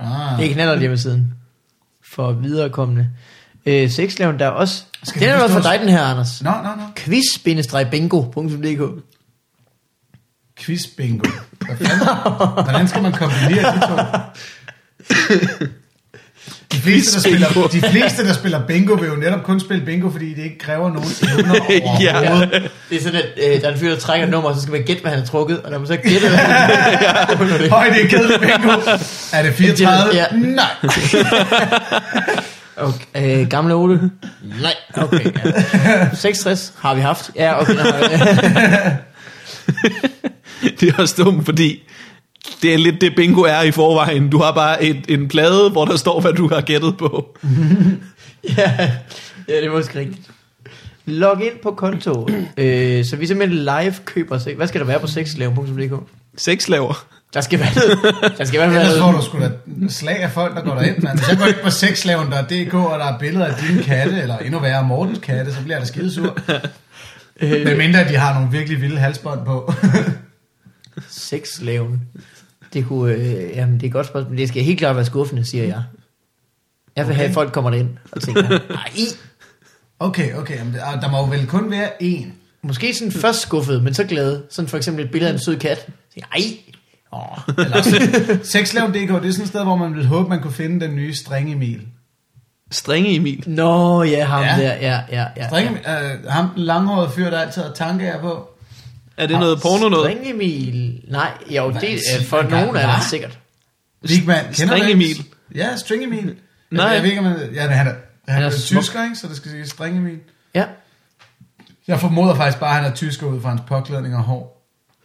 C: Ah.
B: Det er knaller hjemmesiden. For viderekommende. Øh, Sexslaven, der er også...
C: Skal
B: den
C: vi
B: er
C: forstå
B: også for
C: os?
B: dig, den her, Anders.
C: Nå, nå, nå.
B: Quiz-bingo.dk
C: Quiz bingo. Hvad fanden? Hvordan skal man kombinere de to? De fleste, der spiller,
A: Quiz-bingo.
C: de fleste, der spiller bingo, vil jo netop kun spille bingo, fordi det ikke kræver nogen evner overhovedet.
A: Ja.
B: Det er sådan, at øh, der er en fyr, der trækker et nummer, og så skal man gætte, hvad han har trukket, og når man så gætter, hvad han
C: Høj, det er kedeligt bingo. Er det 34?
B: Ja.
C: Nej.
B: okay, øh, Gamle Ole? Nej. Okay, ja. 66 har vi haft. Ja, okay. Nej,
A: Det er også dumt, fordi det er lidt det bingo er i forvejen. Du har bare et, en plade, hvor der står, hvad du har gættet på.
B: ja. ja, det er måske rigtigt. Log ind på konto. Øh, så vi simpelthen live køber sex. Hvad skal der være på sexslave.dk?
A: Sexslaver.
B: Der skal være, der skal være,
C: Ellers får
B: være
C: du sgu da slag af folk, der går derind, mand. Hvis jeg går ind på sexslaven.dk, og der er billeder af dine katte, eller endnu værre Mortens katte, så bliver jeg da skidesur.
B: øh,
C: Medmindre de har nogle virkelig vilde halsbånd på.
B: sexslaven. Det, kunne, øh, jamen, det er et godt spørgsmål. men Det skal helt klart være skuffende, siger jeg. Jeg vil okay. have, at folk kommer ind og tænker, nej,
C: Okay, okay, jamen, der der må jo vel kun være én.
B: måske sådan først skuffet, men så glad. Sådan for eksempel et billede af en sød kat. Så Tænker, nej, åh,
C: Eller altså, også- Sexslaven.dk, det er sådan et sted, hvor man ville håbe, man kunne finde den nye Strenge Emil.
A: Strenge Emil.
B: nå ja, ham
C: Ja.
B: ja. der, ja, ja, ja.
C: Strenge, øh, ham den langhårede fyr, der altid har tanker på.
A: Er det noget porno noget?
B: Strengemil, nej, jo,
C: Hvad
B: det er
C: siger
B: for
C: man?
B: nogen er
C: Hvad?
B: det sikkert.
C: Vigman, kender
A: Strenge
C: du ikke?
A: Emil.
C: Ja, Strenge Emil.
A: Nej.
C: Jeg ved ikke, om han, ja, han er, han
B: Han
C: er,
B: er
C: er
B: smuk.
C: tysker, ikke? Så det skal sige Strenge Emil.
B: Ja,
C: Jeg formoder faktisk bare, at han er tysker ud fra hans påklædning og hår.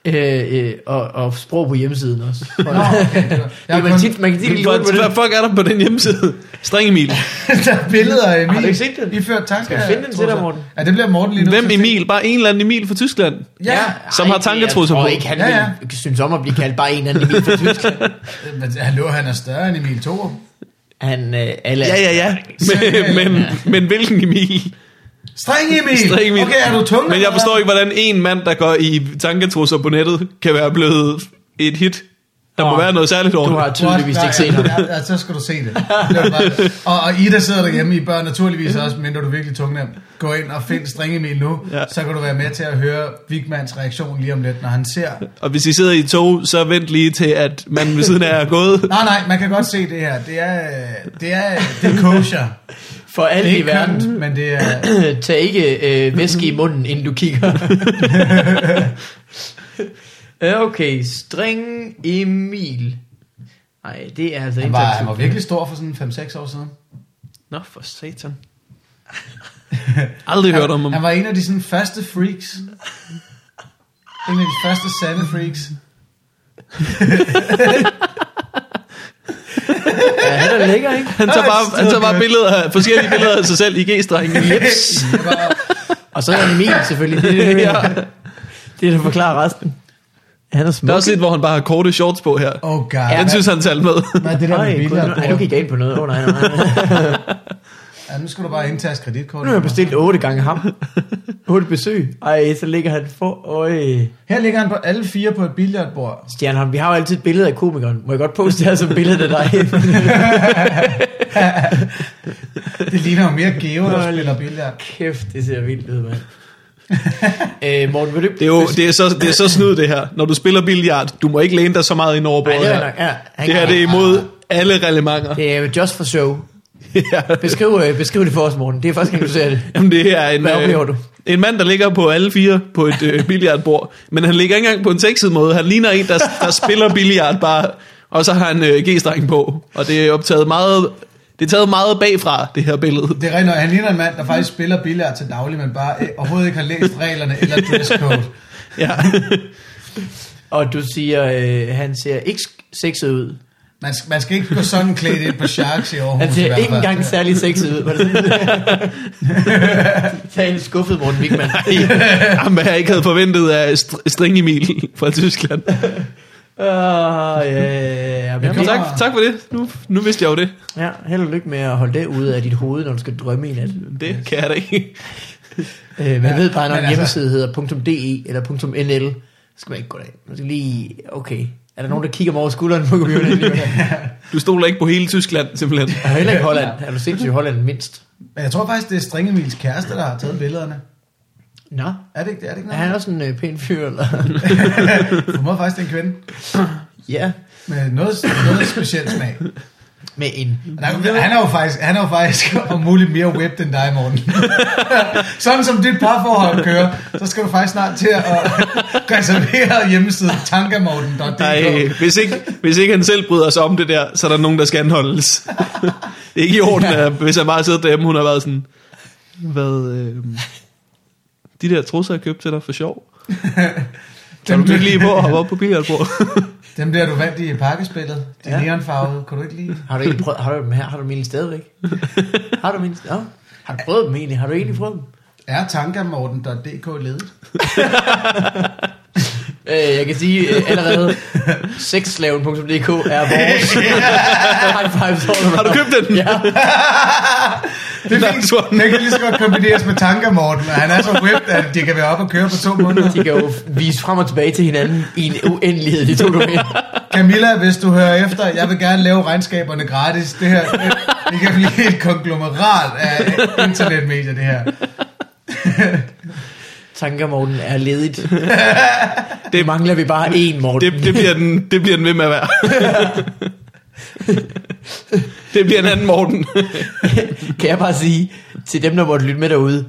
B: øh, øh, og, og sprog på hjemmesiden også. Nå,
C: okay, det var- Jeg
B: Jeg
C: kun-
B: man, tit, man kan tit lure på
A: Hvad hvad
B: det.
A: fuck er der på den hjemmeside? Strenge Emil.
C: der er billeder af Emil.
B: Har du ikke set den?
C: I fører tanker.
B: Skal jeg finde den til
C: trusser.
B: dig, Morten?
C: Ja, det bliver Morten lige nu.
A: Hvem
C: så se.
A: Emil? Bare en eller anden Emil fra Tyskland.
C: Ja,
A: Som har tanketrusser
B: på.
A: på.
B: Og ikke han
C: Ja, ja.
B: ja, ja. synes om at blive kaldt bare en eller anden Emil fra Tyskland.
C: øh, men hallo, han er større end Emil Thorup.
B: Han, øh, alle,
A: Ja, ja, ja. Men, men, men hvilken Emil?
C: Streng Emil!
A: Streng Emil.
C: Okay, er du tung?
A: Men jeg forstår ikke, hvordan en mand, der går i tanketrusser på nettet, kan være blevet et hit. Der må
B: Åh,
A: være noget særligt over
B: Du
A: det.
B: har tydeligvis ikke set ham.
C: Ja, ja, så skal du se det. det var bare- og, og I, der sidder derhjemme, I bør naturligvis også, mindre du er virkelig tungnem, gå ind og find Streng Emil nu,
A: Ja.
C: så kan du være med til at høre Vigmans reaktion lige om lidt, når han ser.
A: Og hvis I sidder i et tog, så vent lige til, at manden ved siden af er gået.
C: Nej, nej, man kan godt se det her. Det er, det er, det er kosher.
B: For alt
C: Det er
B: i
C: ikke
B: verden.
C: kønt, men det er,
B: Tag ikke øh, væske i munden, inden du kigger. Ja, okay, streng Emil. Nej, det er altså
C: Han
B: ikke...
C: var, han var virkelig stor for sådan 5-6 år siden.
A: Nå, for satan. Aldrig hørt om ham.
C: Han var en af de sådan første freaks. En af de første sande freaks.
B: Ja, han er lækker, ikke?
A: Han tager bare, han tager bare billeder, af- forskellige billeder af sig selv i G-strengen.
B: Jeps.
C: Det var,
B: Og så er han Emil selvfølgelig. Det er det,
A: Ja.
B: det, er det forklarer resten. Han er smuk.
A: Der er også et, hvor han bare har korte shorts på her.
C: oh god.
A: Den synes han talte med.
C: Nej, det der med
B: Nej, gud,
C: biler.
B: nej, nu gik jeg ind på noget. Åh, oh, nej, nej, nej.
C: Ja, nu skal du bare indtage kreditkort.
B: Nu har jeg bestilt otte gange ham. Otte besøg. Ej, så ligger han for... Øj.
C: Her ligger han på alle fire på et billardbord.
B: Stjernholm, vi har jo altid et billede af komikeren. Må jeg godt poste det her som billede af dig?
C: Det ligner jo mere Geo, der
B: Hold.
C: spiller billard.
B: Kæft, det ser vildt ud, mand. øh, Morten, vil du...
A: Det er jo det er så, det er så snyd, det her. Når du spiller billiard, du må ikke læne dig så meget ind over
B: Ej,
A: bordet
B: det er
A: her.
B: nok. Ah. Ja, han
A: Det her
B: kan-
A: det er imod alle reglementer.
B: Det er jo just for show.
A: Ja.
B: Beskriv, øh, beskriv det for os, Morten. Det er første gang, du ser det.
A: Jamen, det her er en, øh,
B: Hvad oplever du?
A: en mand, der ligger på alle fire på et øh, billiardbord. Men han ligger ikke engang på en sexet måde. Han ligner en, der, der spiller billiard bare. Og så har han øh, G-strengen på. Og det er optaget meget... Det er taget meget bagfra, det her billede.
C: Det er rigtigt, nok. han ligner en mand, der faktisk spiller billard til daglig, men bare øh, overhovedet ikke har læst reglerne eller dresscode.
A: Ja.
B: Og du siger, øh, han ser ikke sexet ud.
C: Man, skal- man skal ikke gå sådan klædt ind på Sharks i Aarhus.
B: Han
C: i
B: ser
C: hvert
B: ikke
C: fald.
B: engang særlig sexet ud. Var det sådan? Tag en skuffet Morten Wigman.
A: Jamen, hvad jeg ikke havde forventet af Str- String Emil fra Tyskland.
B: Uh, ja,
A: Jamen,
B: men,
A: tak, tak for det. Nu, nu vidste jeg jo det.
B: ja, held og lykke med at holde det ude af dit hoved, når du skal drømme i nat.
A: Det kan jeg da ikke.
B: Øh, man
C: Ja,
B: ja, ved bare, når en
C: men altså-
B: hjemmeside hedder .de eller .nl, så skal man ikke gå derind. Man skal lige, okay, er der nogen, der kigger mig over skulderen på computeren? lige nu?
A: Du stoler ikke på hele Tyskland, simpelthen.
B: Og heller ikke Holland. Er du sindssygt Holland mindst?
C: Men jeg tror faktisk, det er Strengemils kæreste, der har taget billederne.
B: Nå,
C: Er det ikke det? Er det ikke
B: er
C: noget?
B: han også en øh, pæn fyr, eller?
C: Du må faktisk det er en kvinde
B: ja,
C: med noget, noget specielt smag.
B: med en...
C: Der, han er jo faktisk, han er jo faktisk om muligt mere whipped end dig, Morten. Sådan som dit parforhold kører, så skal du faktisk snart til at reservere hjemmesiden tankamorten.dk.
A: Nej, hvis ikke, hvis ikke han selv bryder sig om det der, så er der nogen, der skal anholdes. det er ikke i orden, at, hvis han bare sidder derhjemme, hun har været sådan, hvad, øh, de der trusser, jeg købte til dig for sjov, kan
C: Dem,
A: du ikke
C: bliver-
A: lige på at hoppe op på billardbordet?
C: dem bliver du vandt i pakkespillet. De ja.
B: Ja.
C: neonfarvede, kunne du ikke lide?
B: Har du ikke prøvet... Har du dem her? Har du dem egentlig stadigvæk? Har du dem egentlig... Ja. Har du prøvet dem egentlig? Har du egentlig prøvet dem?
C: Er tankamorten.dk ledet?
B: Øh, jeg kan sige øh, allerede, sexslaven.dk er vores high fives all around.
A: Har du købt den?
B: Ja.
C: Det
A: Nå,
C: er fint.
A: du har-
C: Den kan lige så godt kombineres med tanker, Morten. Og han er så whipped, at det kan være op og køre på to måneder.
B: De kan jo vise frem og tilbage til hinanden i en uendelighed, de to domæner.
C: Camilla, hvis du hører efter, jeg vil gerne lave regnskaberne gratis. Det her, det, det kan blive et konglomerat af internetmedier, det her.
B: Tanker, Morten, er ledigt. Det mangler vi bare én, Morten.
A: Det, det, bliver den, det bliver den ved med at være. det bliver en anden Morten.
B: kan jeg bare sige til dem, der måtte lytte med derude,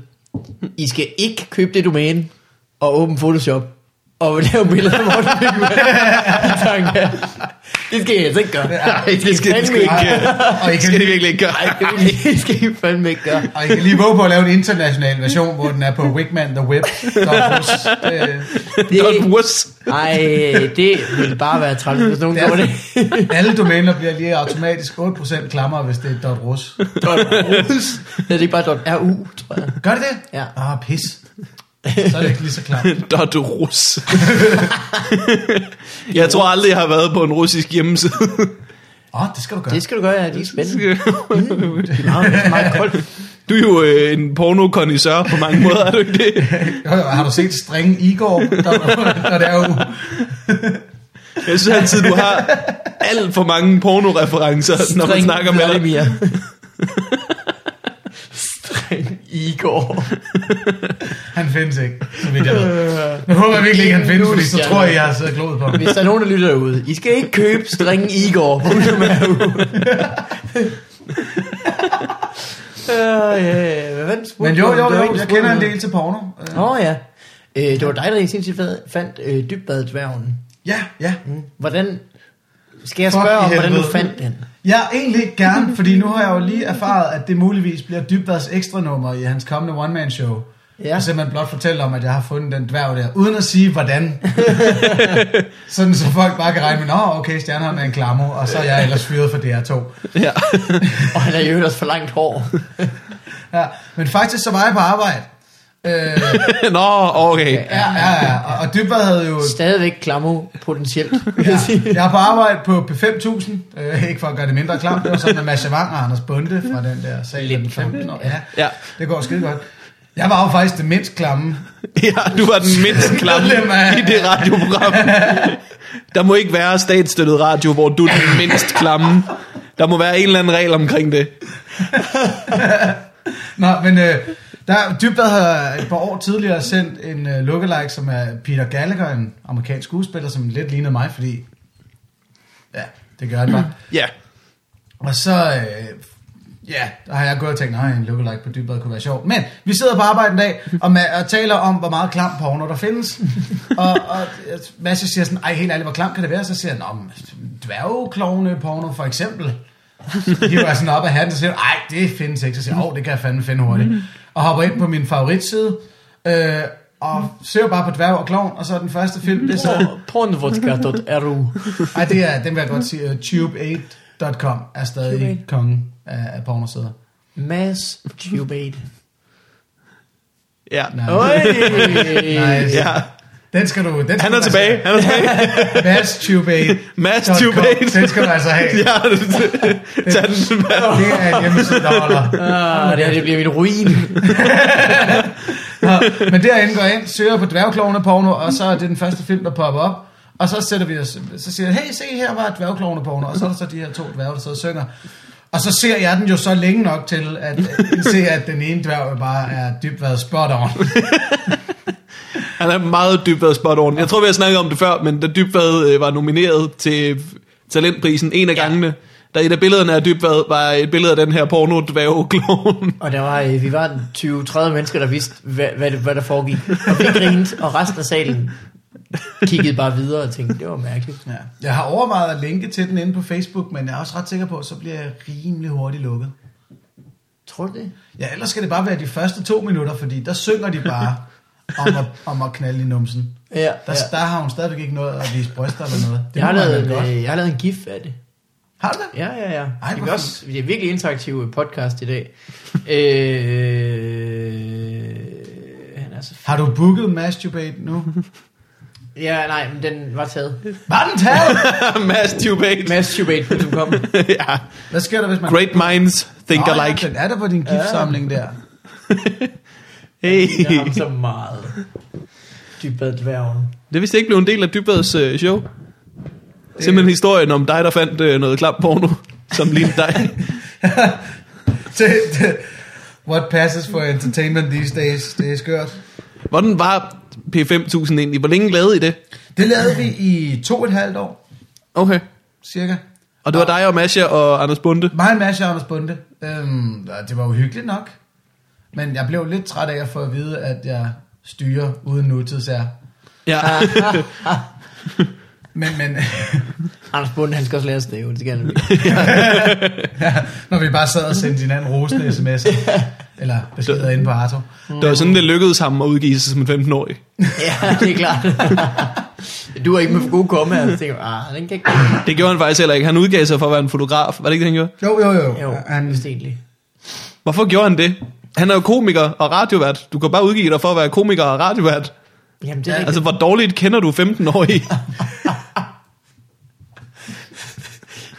B: I skal ikke købe det domæne og åbne Photoshop og lave billeder af Morten Wigman. Tanker. Det skal I altså ikke gøre.
A: Nej, det skal, det skal, I
B: fandme
A: ikke,
C: Og I
A: det skal
C: kan,
A: det virkelig ikke gøre.
B: Nej, det vil I- det skal I fandme ikke gøre.
C: og I kan lige våge på at lave en international version, hvor den er på Wigman The Web. øh,
A: Det er wuss.
B: Nej, det ville bare være træls, hvis nogen
C: Det er
B: gjorde det.
C: Alle domæner bliver lige automatisk 8% klammere, hvis det er .rus.
B: Det er ikke bare dot .ru, tror jeg.
C: Gør det det?
B: Ja.
C: Ah, pis. Så er det ikke lige så klart.
A: Dot rus. jeg tror aldrig, jeg har været på en russisk hjemmeside.
C: Åh, oh, det skal du gøre.
B: Det skal du gøre, ja. Det er spændende. Mm. Det er meget, meget koldt.
A: du er jo øh, en porno på mange måder, er du ikke det?
C: Jo, jo, Har du set strenge Igor? Der, der, der er jo...
A: Jeg synes altid, du har alt for mange pornoreferencer, når man
B: Streng
A: snakker med dig.
B: Vladimir. Streng Igor.
C: Han findes ikke, så vidt jeg ved. Nu håber jeg virkelig ikke, han findes, fordi så tror jeg, jeg har siddet og gloet på ham.
B: Øh, Hvis der er nogen, der lytter derude, I skal ikke købe streng Igor. punktum RU. Øh, ja, hvad fanden spurgte
C: Men jo,
B: du om?
C: jo,
B: Det var
C: jo,
B: ikke, du
C: jeg
B: spurgte
C: kender en
B: om.
C: del til porno. Øh,
B: Åh oh, ja. Øh, det var dig, der i sin tid fad- fandt øh, dybbaddværgen. Mm.
C: Ja, ja.
B: Hvordan... Skal jeg
C: Fuck
B: spørge
C: i
B: om, hvordan du
C: helvede.
B: fandt den?
C: Jeg er egentlig gerne, fordi nu har jeg jo lige erfaret, at det muligvis bliver Dybvads ekstra nummer i hans kommende one-man-show.
B: Ja.
C: Ja. Og simpelthen blot fortælle om, at jeg har fundet den dværg der, uden at sige hvordan. Sådan så folk bare kan regne med, nå okay, Stjernholm er en klamo, og så er jeg ellers fyret for DR2.
A: Ja.
B: Og han har jo ellers for langt hår.
C: Ja. Men faktisk så var jeg på arbejde. Øh,
A: Nå, okay.
C: ja, ja, ja. Og, og Dybvad havde jo...
B: Stadigvæk klamo potentielt. vil jeg sige.
C: Ja, jeg er på arbejde på P5000, øh, ikke for at gøre det mindre klamt, det var sådan med Masha Wang og Anders Bunde fra den der sag
B: Lidt
C: den 15 år. Ja,
A: Ja.
C: det går skide godt. Jeg var jo faktisk det mindst klamme.
A: ja, du var den mindst klamme
C: Medlem af-
A: i det radioprogram. Der må ikke være statsstøttet radio, hvor du er den mindst klamme. Der må være en eller anden regel omkring det.
C: Nå, men øh, der, Dybvad har et par år tidligere sendt en øh, lookalike, som er Peter Gallagher, en amerikansk skuespiller, som lidt lignede mig, fordi... Ja, det gør han bare.
A: Ja.
C: Og så, øh, ja, der har jeg gået og tænkt, nej, en lookalike på dybbad kunne være sjov. Men vi sidder på arbejde en dag og, ma- og taler om, hvor meget klam porno der findes. og, og øh, Mads siger sådan, ej, helt ærligt, hvor klam kan det være? Så siger han, om dværgklovne porno for eksempel. De var sådan op af hatten, og siger, ej, det findes ikke. Så siger jeg, åh, det kan jeg fandme finde hurtigt. Og hopper ind på min favoritside, øh, og søger bare på dværg og klovn, og så er den første film, det er så...
B: Por- Pornvodka.ru
C: Ej, det er, den vil jeg godt sige. Uh, Tube8.com er stadig
B: Tube8.
C: kongen af, af pornosider.
B: Mass Tubate.
A: Ja.
C: Nej.
B: Øj!
C: Nice.
A: ja.
C: Den skal du... Den skal
A: Han
C: du
A: er tilbage. Han er tilbage.
C: Altså, Mads Tube8.
A: Mads Tube8.
C: Den skal du altså have.
A: Ja, tag den tilbage.
C: Det er en hjemmeside, der holder.
B: Ah, det her det bliver min ruin.
C: Nå, men derinde går jeg ind, søger på dværgklovne porno, og så er det den første film, der popper op. Og så sætter vi os, så siger jeg, hey, se her var dværgklovne porno, og så er der så de her to dværge, der sidder og synger. Og så ser jeg den jo så længe nok til, at se, at den ene dværg jo bare er dybt været spot on.
A: Han er meget dybvad spot on. Jeg tror, vi har snakket om det før, men da Dybvad øh, var nomineret til talentprisen en af ja. gangene, der et af billederne af Dybvad var et billede af den her porno dværgeklon.
B: Og der var, øh, vi var en 20-30 mennesker, der vidste, hvad, hvad, det- hvad der foregik. Og vi grinte, og resten af salen kiggede bare videre og tænkte, det var mærkeligt.
C: Ja. Jeg har overvejet at linke til den inde på Facebook, men jeg er også ret sikker på, at så bliver jeg rimelig hurtigt lukket.
B: Tror du det?
C: Ja, ellers skal det bare være de første to minutter, fordi der synger de bare om at, om at knalde i numsen.
B: Ja,
C: Der,
B: ja.
C: der har hun stadigvæk ikke noget at vise bryster eller noget. Det
B: Jeg har,
C: må man
B: lavet,
C: vel godt.
B: en, øh, jeg har lavet en gif af det.
C: Har du det?
B: Ja, ja, ja.
C: Ej,
B: det,
C: hvor
B: er også, det er virkelig interaktiv podcast i dag. øh, han er så f-
C: Har du booket Masturbate nu?
B: Ja, nej, men den var taget.
C: Var den taget?
A: Masturbate.
B: Masturbate.com.
A: ja.
C: Hvad sker der, hvis man...
A: Great minds think
C: Nå, ja,
A: alike.
C: Den er der på din giftsamling der.
A: Hey.
B: Jeg har så meget. Dybbad dværgen.
A: Det vidste jeg ikke blev en del af Dybbads øh, show. Simpelthen historien om dig, der fandt øh, noget klam porno, som lignede dig.
C: Det- det- What passes for entertainment these days, det er skørt.
A: Hvordan var P5000 egentlig? Hvor længe lavede I det?
C: Det lavede vi i to og et halvt år,
A: Okay.
C: cirka.
A: Og det var dig og Masha og Anders Bunde.
C: Mig og Mads og Anders Bunde. Øhm, og det var uhyggeligt nok. Men jeg blev lidt træt af at få at vide, at jeg styrer uden nutidsær.
A: Ja.
C: Men, men
B: Anders Bunde, han skal også lære at stave, det skal han.
C: når vi bare sad og sendte hinanden rosende sms'er, eller beskeder inde på Arto.
A: Det var sådan, det lykkedes ham at udgive sig som en 15-årig.
B: ja, det er klart. du er ikke med for gode komme, og så tænker jeg, ah, den kan ikke
A: Det gjorde han faktisk heller ikke. Han udgav sig for at være en fotograf. Var det ikke det, han gjorde?
C: Jo, jo, jo.
B: Jo,
C: Han,
B: vist egentlig.
A: Hvorfor gjorde han det? Han er jo komiker og radiovært. Du kan bare udgive dig for at være komiker og radiovært.
B: Jamen, det er
C: Ja,
B: rigtigt.
A: Altså, hvor dårligt kender du 15-årige?
C: altså-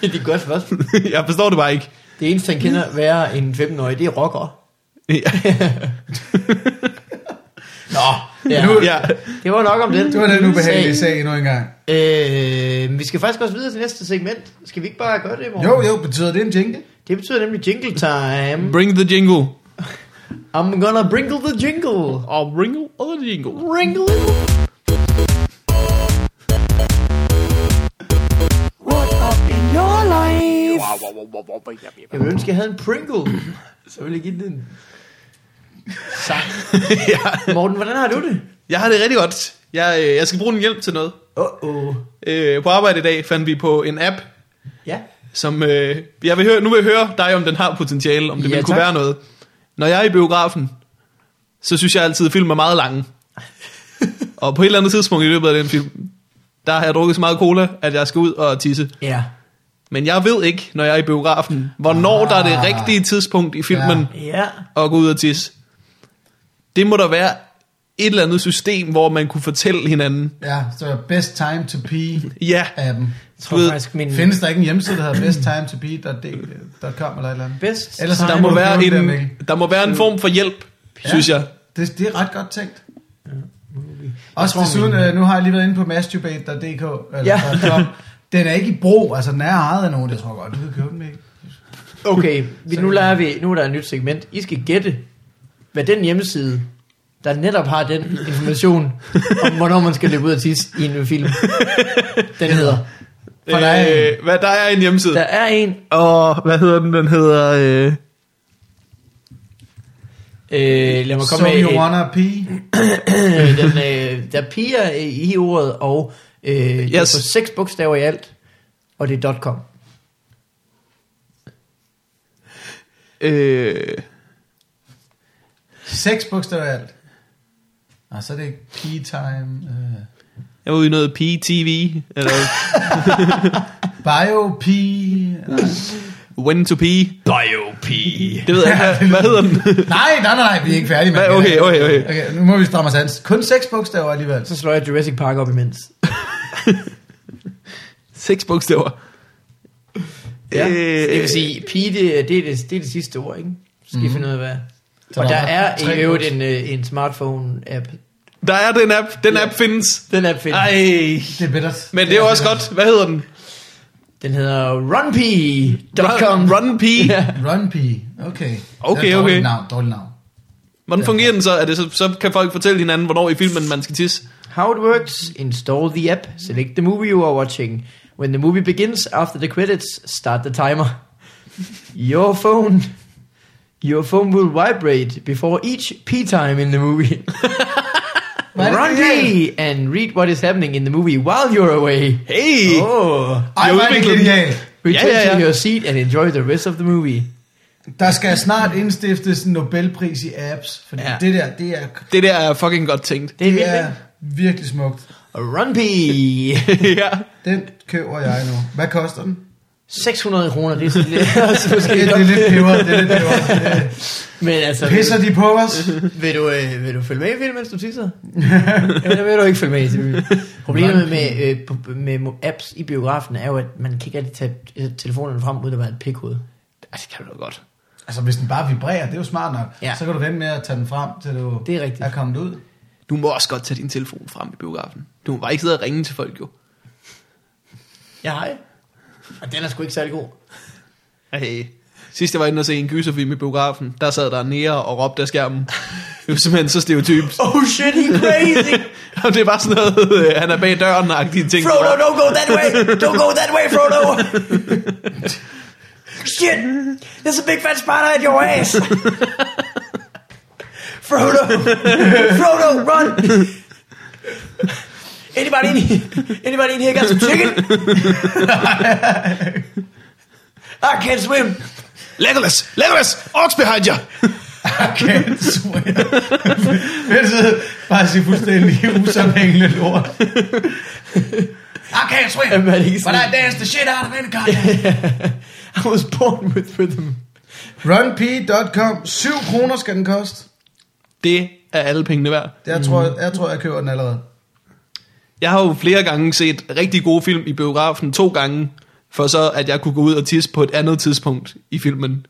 B: det er et godt spørgsmål.
A: Jeg forstår det bare ikke.
B: Det eneste, han kender være en 15-årig, det er rocker.
A: Ja.
B: Nå, ja.
C: Nu-
A: ja.
B: det var nok om den.
C: det var den
B: lille
C: ubehagelige
B: sag.
C: sag endnu en gang.
B: Øh, vi skal faktisk også videre til næste segment. Skal vi ikke bare gøre det i morgen?
C: Jo, jo, betyder det en jingle?
B: Det betyder nemlig jingle time.
A: Bring the jingle.
B: I'm gonna bringle the jingle.
A: Og bringle og jingle.
B: Ringle. What up in your life? Jeg ville ønske, jeg havde en Pringle. Så ville jeg give den en sang.
A: ja.
B: Morten, hvordan har du det?
A: Jeg har det rigtig godt. Jeg, øh, jeg skal bruge en hjælp til noget.
B: Uh-oh.
A: Øh, på arbejde i dag fandt vi på en app,
B: Ja.
A: som øh, jeg vil høre, nu vil jeg høre dig, om den har potentiale, om det
B: Ja,
A: ja, ville kunne
B: tak.
A: være noget. Når jeg er i biografen, så synes jeg altid, at film er meget lange. og på et eller andet tidspunkt i løbet af den film, der har jeg drukket så meget cola, at jeg skal ud og tisse.
B: Ja.
A: Men jeg ved ikke, når jeg er i biografen, hvornår ah, der er det rigtige tidspunkt i filmen
B: Ja.
A: ja. at gå ud og tisse. Det må der være et eller andet system, hvor man kunne fortælle hinanden,
C: Ja, så best time to pee
A: ja,
C: appen.
B: Jeg tror
A: Du ved,
B: faktisk, min
C: Findes der ikke en hjemmeside, der hedder besttimetopee.com eller et eller andet?
B: bedst...
C: Ellers
B: time-
A: der må,
C: Simon,
A: være
C: det var
A: en,
C: der, Mikkel.
A: der må være en form for hjælp, ja. synes jeg.
C: Det, det er ret godt tænkt.
B: Jeg
C: Også
B: tror,
C: tror, desuden,
B: min-
C: øh, nu har jeg lige været inde på masturbate.dk, eller
B: Ja.
C: ja. .com. Den er ikke i brug, altså den er ejet af nogen, jeg tror godt, du kan købe den med.
B: Okay, vi, nu, leger vi, nu er der et nyt segment. I skal gætte, hvad den hjemmeside, der netop har den information om, hvornår man skal løbe ud og tisse i en film, den hedder.
C: For der er
A: Øh, hvad, der er en hjemmeside.
B: Der er en,
A: Og hvad hedder den? Den hedder... Øh...
B: øh, lad mig
C: So
B: komme med,
C: you
B: et,
C: wanna pee?
B: øh, den, øh, der er piger øh, i ordet, og øh, yes. det er
A: Yes.
B: på seks bogstaver i alt, og det er .com.
A: Øh...
C: Seks bogstaver i alt. Nå, så er det ikke pee time. Øh.
A: Jeg var ude i noget PTV, eller
C: Bio pee. Nej.
A: When to Pee.
D: Bio-P.
A: Det ved jeg ikke. Hvad, hvad hedder den?
C: nej, nej, nej, vi er ikke færdige med
A: Hvad?
C: det.
A: Okay, okay, okay.
C: Okay, nu må vi stramme os an. Kun seks bogstaver alligevel.
B: Så slår jeg Jurassic Park op imens.
A: Seks bogstaver.
B: Ja,
A: Øh,
B: så det vil sige, pige, det, er- det, er det, det er det sidste ord, ikke? Så skal mm. I finde ud af, hvad...
C: Mhm. Så
B: Og
C: der
B: der
C: er
B: er
C: tre
B: i øvrigt en, øh, en smartphone-app.
A: Der er den app. Den app findes.
B: Den app findes.
A: Ej.
C: Det er bittert.
A: Men det er jo også godt. Hvad hedder den?
B: Den hedder runpee.com.
A: Run, Run Pee.
B: Ja.
C: Run pee. Okay.
A: Okay,
C: det er et
A: okay.
C: Dårligt navn, dårligt navn.
A: Hvordan fungerer den så? Er det så? Så kan folk fortælle hinanden, hvornår i filmen man skal tisse.
B: How it works, install the app, select the movie you are watching. When the movie begins after the credits, start the timer. Your phone... Your phone will vibrate before each pee time in the movie.
C: Hvad er det,
B: Run
C: det er?
B: pee and read what is happening in the movie while you're away.
A: Hey!
B: Oh.
C: Ej,
A: Jeg
C: hvor er det
A: udviklede den.
C: genialt.
B: Return
A: Ja, ja,
B: to
A: ja.
B: your seat and enjoy the rest of the movie.
C: Der skal snart indstiftes en Nobelpris i apps, fordi ja.
A: Ja.
C: det der, det er,
A: Det der er fucking godt tænkt.
B: Det er
C: det
B: vildt,
C: er virkelig smukt.
B: ikke? Run pee.
A: ja.
C: Den køber jeg nu. Hvad koster den?
B: 600 kroner, det er sådan lidt... altså,
C: Det,
B: måske
C: det er lidt peber, det er lidt peber.
B: Men altså,
C: Pisser
B: vil,
C: de på os?
B: du, vil, du, øh, vil du følge med i filmen, mens du tisser? Jamen, der vil du ikke følge med i filmen. Problemet med, øh, på- med mo- apps i biografen er jo, at man kan ikke rigtig tage øh, telefonen frem, uden at være et pikhoved. Altså, det kan du da godt.
C: altså, hvis den bare vibrerer, det er jo smart nok.
B: Ja.
C: Ja. Så kan du vente med at tage den frem, til du
B: Det er rigtigt.
C: er kommet ud.
A: Du må også godt tage din telefon frem i biografen. Du må bare ikke sidde og ringe til folk, jo.
B: Ja, hej. Og den er sgu ikke særlig god.
A: Hey. Sidst jeg var inde og se en gyserfilm i biografen, der sad der nære og råbte af skærmen. Det var simpelthen så stereotypt.
B: Oh shit, he crazy!
A: Og det er bare sådan noget, øh, han er bag døren-agtige ting.
B: Frodo, don't go that way! Don't go that way, Frodo! Shit! There's a big fat spider at your ass! Frodo! Frodo, run! Anybody in here, anybody in here got some chicken? I can't swim.
A: Legolas! Legolas! Orcs behind you!
C: Okay, Men så bare sige fuldstændig usammenhængende lort. I can't swim,
B: Jamen, er det ikke
C: but
B: sådan-
C: I dance the shit out of any goddamn.
B: I was born with rhythm.
C: Runp.com, 7 kroner skal den koste.
A: Det er alle pengene værd.
C: Jeg tror, jeg, jeg tror, jeg køber den allerede.
A: Jeg har jo flere gange set rigtig gode film i biografen, to gange, for så at jeg kunne gå ud og tisse på et andet tidspunkt i filmen.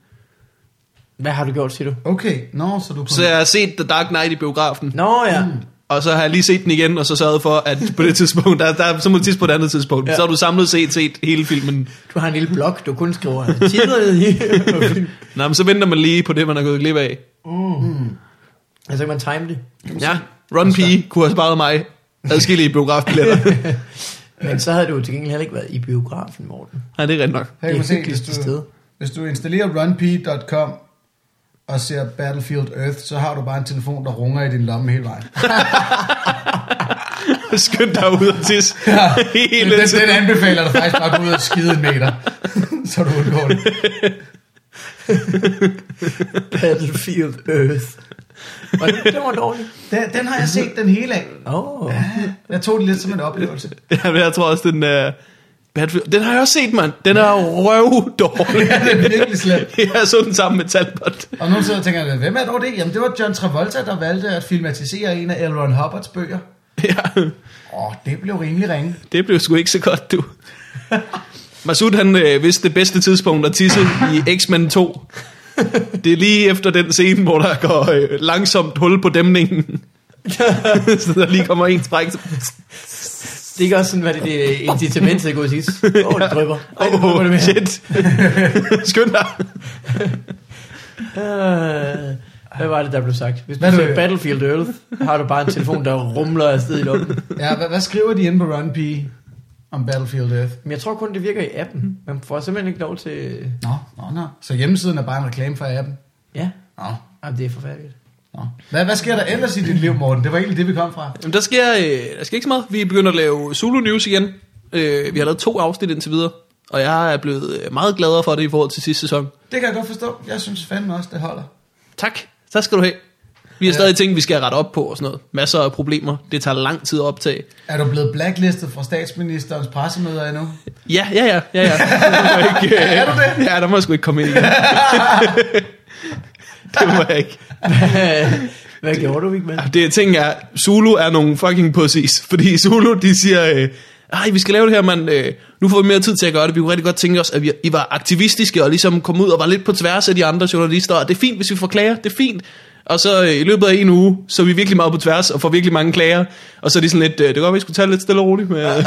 B: Hvad har du gjort, siger du?
C: Okay, nå, så du
A: Så jeg har set The Dark Knight i biografen,
B: Nå ja. Mm.
A: og så har jeg lige set den igen, og så sørget for, at på det tidspunkt, der, der, så må du tisse på et andet tidspunkt.
B: Ja.
A: Ja. Så har du samlet set, set hele filmen.
B: Du har en lille blog, du kun skriver titlet i.
A: Nå, men så venter man lige på det, man er gået glip af.
B: altså, kan man time det.
A: Ja, Ron P. kunne have sparet mig adskillige biografbilletter.
B: Men så havde du til gengæld heller ikke været i biografen, Morten.
A: Nej, det er rigtigt nok.
C: Her
B: Det
C: kan
B: er
C: man se,
B: hyggeligt
C: hvis
B: til stede.
C: du, hvis du installerer runp.com og ser Battlefield Earth, så har du bare en telefon, der runger i din lomme hele vejen.
A: Skynd dig ud og tisse.
C: Ja,
A: Hele
C: den,
A: tiden.
C: den anbefaler dig faktisk bare at gå ud og skide en meter, så du undgår det.
B: Battlefield Earth. Og det, det var dårligt.
C: Den, den har jeg set den hele af.
B: Åh. Oh.
C: Jeg tog det lidt som en oplevelse.
A: Ja, men jeg tror også, den er... Battlefield. Den har jeg også set, mand. Den er røvdårlig.
C: Ja, den er virkelig slem.
A: jeg så den sammen med Talbot.
C: Og nu sidder og tænker, jeg, hvem er dog det? Jamen, det var John Travolta, der valgte at filmatisere en af L. Ron Hubbards bøger.
A: Ja,
C: Åh, det blev rimelig ringe.
A: det blev sgu ikke så godt, du. Masud, han øh, vidste det bedste tidspunkt at tisse i X-Men 2. Det er lige efter den scene, hvor der går øh, langsomt hul på dæmningen. så der lige kommer en spræk.
B: Det er ikke også sådan, hvad det, det er incitament til at gå og tisse. Åh, oh, det drypper. Ej, nu
A: Åh,
B: drypper det
A: oh,
B: mere.
A: shit. Skynd dig.
B: Øh, hvad var det, der blev sagt? Hvis du
C: Hvad er
B: ser
C: det?
B: Battlefield Earth, har du bare en telefon, der rumler afsted i lommen.
C: Ja, hvad, hvad skriver de inde på Run P om Battlefield Earth?
B: Men jeg tror kun, det virker i appen. Man får simpelthen ikke lov til...
C: Nå, nå, nå. Så hjemmesiden er bare en reklame for appen?
B: Ja,
C: Nå,
B: Jamen, det er forfærdeligt.
C: nå. Hvad, hvad sker der ellers i dit liv, Morten? Det var egentlig det, vi kom fra.
A: Jamen, der sker, øh, der sker ikke så meget. Vi begynder at lave Zulu News igen. Øh, vi har lavet to afsnit indtil videre, og jeg er blevet øh, meget gladere for det i forhold til sidste sæson.
C: Det kan jeg godt forstå. Jeg synes fandme også, det holder.
A: Tak, så skal du have. Vi har stadig ting, vi skal rette op på og sådan noget. Masser af problemer. Det tager lang tid at optage.
C: Er du blevet blacklistet fra statsministerens pressemøder endnu?
A: Ja, ja, ja, ja, ja. Der må jeg ikke, øh,
C: Er du det?
A: Ja, der må jeg sgu ikke komme ind igen. det må jeg ikke.
B: Hvad gjorde du, Vigman?
A: Det jeg tænker er, Zulu er nogle fucking pussies. Fordi Zulu, de siger, øh, ej, vi skal lave det her, mand. Øh, nu får vi mere tid til at gøre det. Vi kunne rigtig godt tænke os, at vi, I var aktivistiske og ligesom kom ud og var lidt på tværs af de andre journalister. Og det er fint, hvis vi får klager. Det er fint. Og så øh, i løbet af en uge, så er vi virkelig meget på tværs og får virkelig mange klager. Og så er de sådan lidt, øh, det kan godt, være, vi skulle tage det lidt stille og roligt med,
C: Ej,